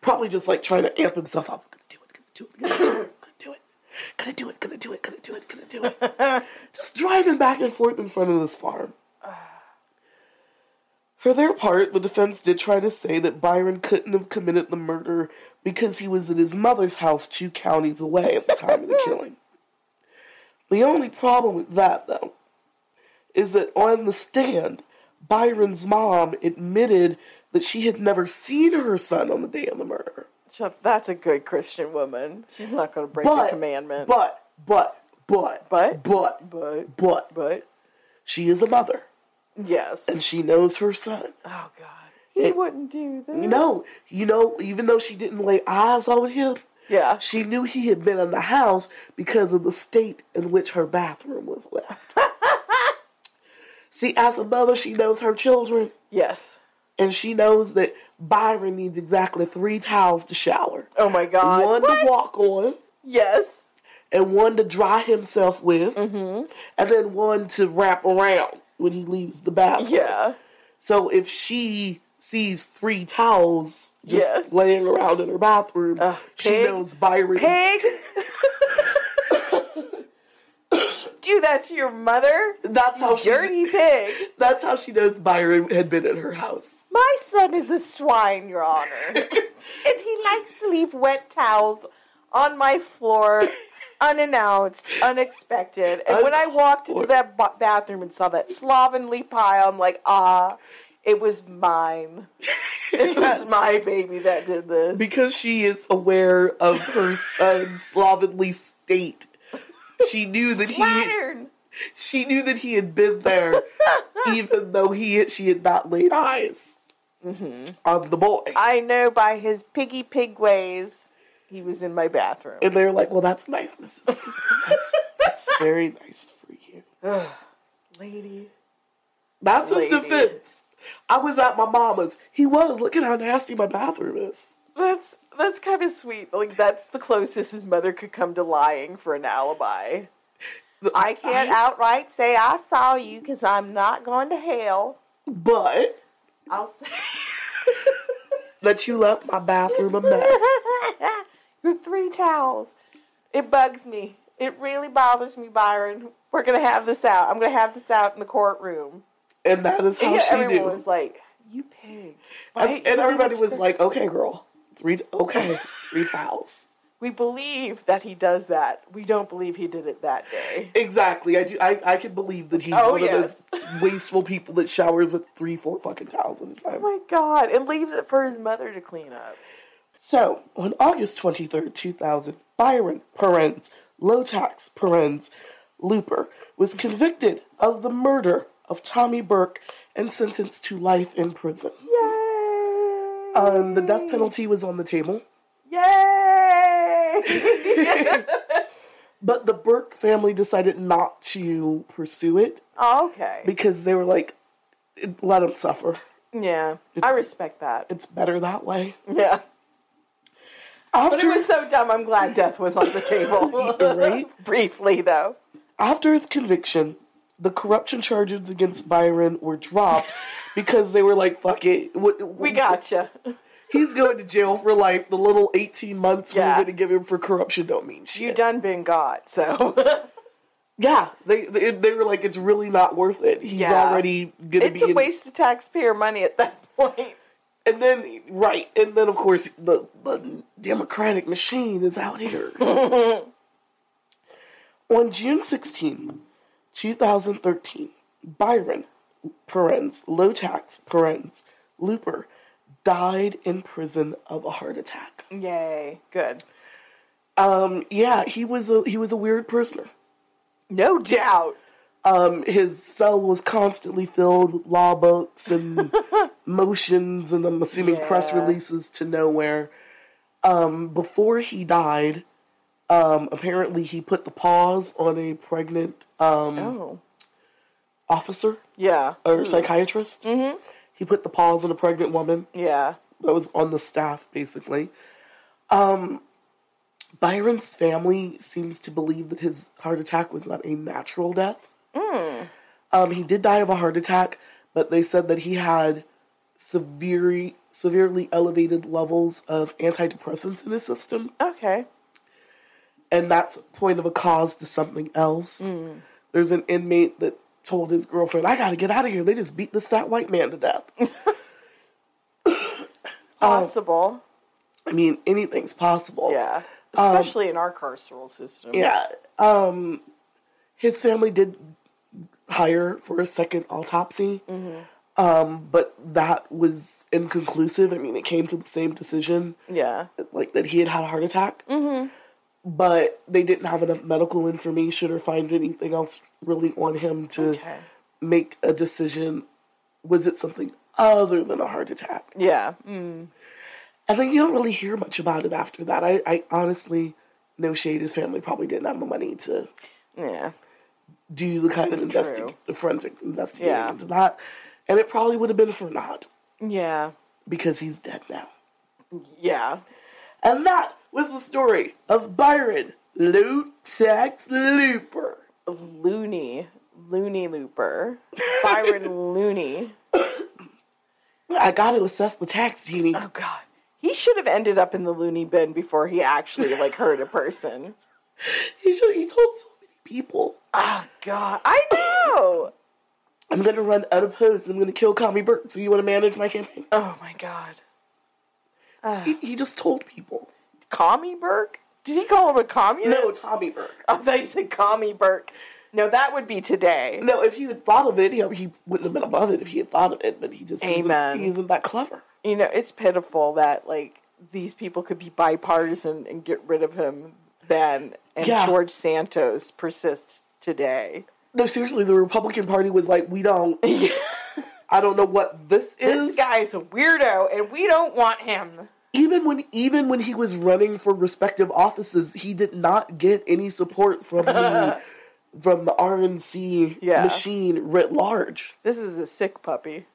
Speaker 1: Probably just like trying to amp himself up. Gonna do it, gonna do it, gonna do it, gonna do it, gonna do it, gonna do it, gonna do it. just driving back and forth in front of this farm. For their part, the defense did try to say that Byron couldn't have committed the murder because he was at his mother's house two counties away at the time of the killing. The only problem with that, though, is that on the stand, Byron's mom admitted that she had never seen her son on the day of the murder.
Speaker 2: So That's a good Christian woman. She's not going to break the commandment.
Speaker 1: But, but, but,
Speaker 2: But?
Speaker 1: but,
Speaker 2: but
Speaker 1: but,
Speaker 2: but
Speaker 1: she is a mother
Speaker 2: yes.
Speaker 1: and she knows her son.
Speaker 2: Oh God, he wouldn't do that.
Speaker 1: No, you know, even though she didn't lay eyes on him,
Speaker 2: Yeah.
Speaker 1: she knew he had been in the house because of the state in which her bathroom was left. See, as a mother, she knows her children.
Speaker 2: Yes.
Speaker 1: and she knows that Byron needs exactly three towels to shower.
Speaker 2: Oh my God.
Speaker 1: One
Speaker 2: What?
Speaker 1: to walk on,
Speaker 2: Yes.
Speaker 1: and one to dry himself with, and then one to wrap around when he leaves the bathroom.
Speaker 2: Yeah.
Speaker 1: So if she sees three towels just
Speaker 2: Yes. Uh,
Speaker 1: laying around in her bathroom, she
Speaker 2: pig.
Speaker 1: knows Byron.
Speaker 2: Pig. do that to your mother,
Speaker 1: That's how she.
Speaker 2: dirty pig.
Speaker 1: That's how she knows Byron had been in her house.
Speaker 2: My son is a swine, Your Honor, and he likes to leave wet towels on my floor. Unannounced, unexpected, and when I walked into that ba- bathroom and saw that slovenly pile, I'm like, ah, it was mine. It was my baby that did this.
Speaker 1: because she is aware of her son's slovenly state She knew that he
Speaker 3: Modern.
Speaker 1: she knew that he had been there, even though he had- she had not laid eyes
Speaker 2: Mm-hmm.
Speaker 1: on the boy.
Speaker 2: I know by his piggy pig ways, he was in my bathroom.
Speaker 1: and they're like, "Well, that's nice, Mrs. Lincoln. That's, that's very nice for you."
Speaker 2: Lady.
Speaker 1: That's his
Speaker 2: Lady.
Speaker 1: defense. I was at my mama's. He was. Look at how nasty my bathroom is.
Speaker 2: That's that's kind of sweet. Like that's the closest his mother could come to lying for an alibi. I can't outright say I saw you because I'm not going to hell.
Speaker 1: But
Speaker 2: I'll say
Speaker 1: that you left my bathroom a mess.
Speaker 2: your three towels. It bugs me. It really bothers me, Byron. We're gonna have this out. I'm gonna have this out in the courtroom.
Speaker 1: And that is how Oh,
Speaker 2: Yeah,
Speaker 1: she
Speaker 2: everyone
Speaker 1: knew.
Speaker 2: was like, "You
Speaker 1: and,
Speaker 2: pig!" Right?
Speaker 1: and everybody was like, okay, girl. It's re- okay, three towels.
Speaker 2: "We believe that he does that. We don't believe he did it that day."
Speaker 1: Exactly. I do. I, I can believe that he's one
Speaker 2: Oh,
Speaker 1: of those wasteful people that showers with three, four fucking towels at a time.
Speaker 2: Oh my god! And leaves it for his mother to clean up.
Speaker 1: So, on August 23rd, 2000, Byron Perens, Lotax Perens Looper, was convicted of the murder of Tommy Burke and sentenced to life in prison.
Speaker 2: Yay!
Speaker 1: Um, the death penalty was on the table,
Speaker 2: Yay!
Speaker 1: but the Burke family decided not to pursue it
Speaker 2: okay.
Speaker 1: because they were like, let him suffer.
Speaker 2: Yeah, I respect that.
Speaker 1: It's better that way.
Speaker 2: Yeah,
Speaker 1: After,
Speaker 2: but it was so dumb. I'm glad death was on the table.
Speaker 1: right?
Speaker 2: Briefly, though.
Speaker 1: After his conviction, the corruption charges against Byron were dropped because they were like, fuck it. What,
Speaker 2: We gotcha.
Speaker 1: He's going to jail for like the little 18 months
Speaker 2: Yeah.
Speaker 1: we're going to give him for corruption don't mean shit.
Speaker 2: You done been got, so
Speaker 1: yeah, they, they they were like, it's really not worth it. He's
Speaker 2: Yeah.
Speaker 1: already going to be.
Speaker 2: it's a
Speaker 1: in-
Speaker 2: waste of taxpayer money at that point.
Speaker 1: And then, right, and then of course, the, the Democratic machine is out here. On June 16, 2013, Byron Perens, low tax Perens, Looper, died in prison of a heart attack.
Speaker 2: Yay! Good.
Speaker 1: Yeah, he was a he was a weird prisoner.
Speaker 2: No doubt.
Speaker 1: Um, his cell was constantly filled with law books and motions, and I'm assuming press releases to nowhere. Um, before he died, um, apparently he put the paws on a pregnant um,
Speaker 2: Oh.
Speaker 1: officer
Speaker 2: Yeah.
Speaker 1: or psychiatrist. Mm-hmm. He put the paws on a pregnant woman
Speaker 2: Yeah.
Speaker 1: that was on the staff, basically. Um, Byron's family seems to believe that his heart attack was not a natural death. Um, he did die of a heart attack, but they said that he had severe, severely elevated levels of antidepressants in his system,
Speaker 2: Okay.
Speaker 1: and that's point of a cause to something else. There's an inmate that told his girlfriend, "I got to get out of here. They just beat this fat white man to death."
Speaker 2: Possible.
Speaker 1: I mean, anything's possible.
Speaker 2: yeah. Especially in our carceral system.
Speaker 1: Yeah. Um, his family did hire for a second autopsy, um, but that was inconclusive. I mean, it came to the same decision,
Speaker 2: Yeah.
Speaker 1: like that he had had a heart attack. But they didn't have enough medical information or find anything else really on him to
Speaker 2: Okay.
Speaker 1: make a decision. Was it something other than a heart attack?
Speaker 2: Yeah. Mm.
Speaker 1: I think you don't really hear much about it after that. I, I honestly, no shade, his family probably didn't have the money to
Speaker 2: Yeah.
Speaker 1: do the kind of
Speaker 2: True.
Speaker 1: investi- the forensic investigating
Speaker 2: Yeah.
Speaker 1: into that. And it probably would have been for naught
Speaker 2: Yeah.
Speaker 1: because he's dead now.
Speaker 2: Yeah.
Speaker 1: And that was the story of Byron Loot Tax Looper.
Speaker 2: Looney. Looney Looper. Byron Looney.
Speaker 1: I gotta assess the tax, Jeannie.
Speaker 2: Oh god. He should have ended up in the loony bin before he actually like hurt a person.
Speaker 1: He should he told so many people.
Speaker 2: Ah, God. I know.
Speaker 1: I'm gonna run unopposed, I'm gonna kill Commie Burke, so you wanna manage my campaign?
Speaker 2: Oh my god. Ah.
Speaker 1: He, he just told people.
Speaker 2: Commie Burke? Did he call him a communist?
Speaker 1: No, Tommy Burke.
Speaker 2: I thought you said commie Burke. No, that would be today.
Speaker 1: No, if he had thought of it, you know, he wouldn't have been above it if he had thought of it, but he just
Speaker 2: Amen.
Speaker 1: Isn't, he isn't that clever.
Speaker 2: You know, it's pitiful that like these people could be bipartisan and get rid of him then, and
Speaker 1: Yeah.
Speaker 2: George Santos persists today.
Speaker 1: No, seriously, the Republican Party was like, we don't. I don't know what this is.
Speaker 2: This guy's a weirdo, and we don't want him.
Speaker 1: even when even when he was running for respective offices, he did not get any support from the from the RNC
Speaker 2: Yeah.
Speaker 1: machine writ large.
Speaker 2: This is a sick puppy.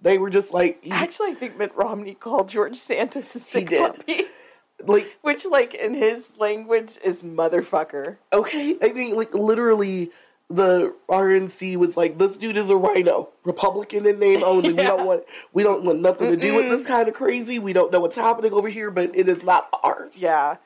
Speaker 1: They were just like, you-
Speaker 2: Actually, I think Mitt Romney called George Santos a sick
Speaker 1: did.
Speaker 2: puppy,
Speaker 1: like
Speaker 2: which, like in his language, is motherfucker.
Speaker 1: okay. I mean, like literally, the RNC was like, this dude is a rhino, Republican in name only. We don't want we don't want nothing to do with this kind of crazy. We don't know what's happening over here, but it is not ours.
Speaker 2: Yeah.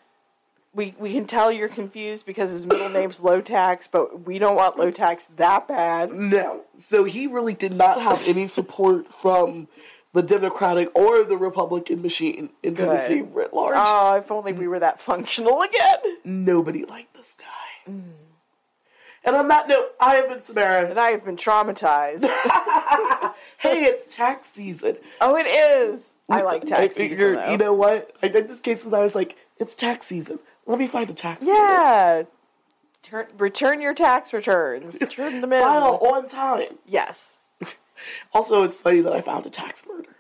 Speaker 2: We, we can tell you're confused because his middle name's Low Tax, but we don't want Low Tax that bad.
Speaker 1: No. So he really did not have any support from the Democratic or the Republican machine in Tennessee writ large.
Speaker 2: Oh, if only we were that functional again.
Speaker 1: Nobody liked this guy. And on that note, I have been Samara.
Speaker 2: And I have been traumatized.
Speaker 1: Hey, it's tax season.
Speaker 2: oh, it is. I like tax
Speaker 1: I figured,
Speaker 2: season. Though.
Speaker 1: You know what? I did this case because I was like, it's tax season. Let me find a tax. return.
Speaker 2: yeah. Turn, return your tax returns. Turn them in.
Speaker 1: File on time.
Speaker 2: Yes.
Speaker 1: Also, it's funny that I found a tax murder.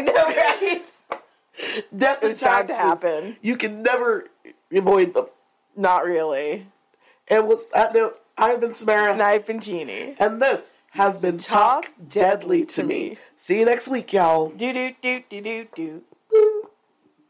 Speaker 2: know, right?
Speaker 1: Death
Speaker 2: It's bound to happen.
Speaker 1: You can never avoid them.
Speaker 2: Not really.
Speaker 1: And with that note, I've been Samara.
Speaker 2: And I've been Genie.
Speaker 1: And this has been Talk Deadly to Me. See you next week, y'all.
Speaker 2: Do do do do do do.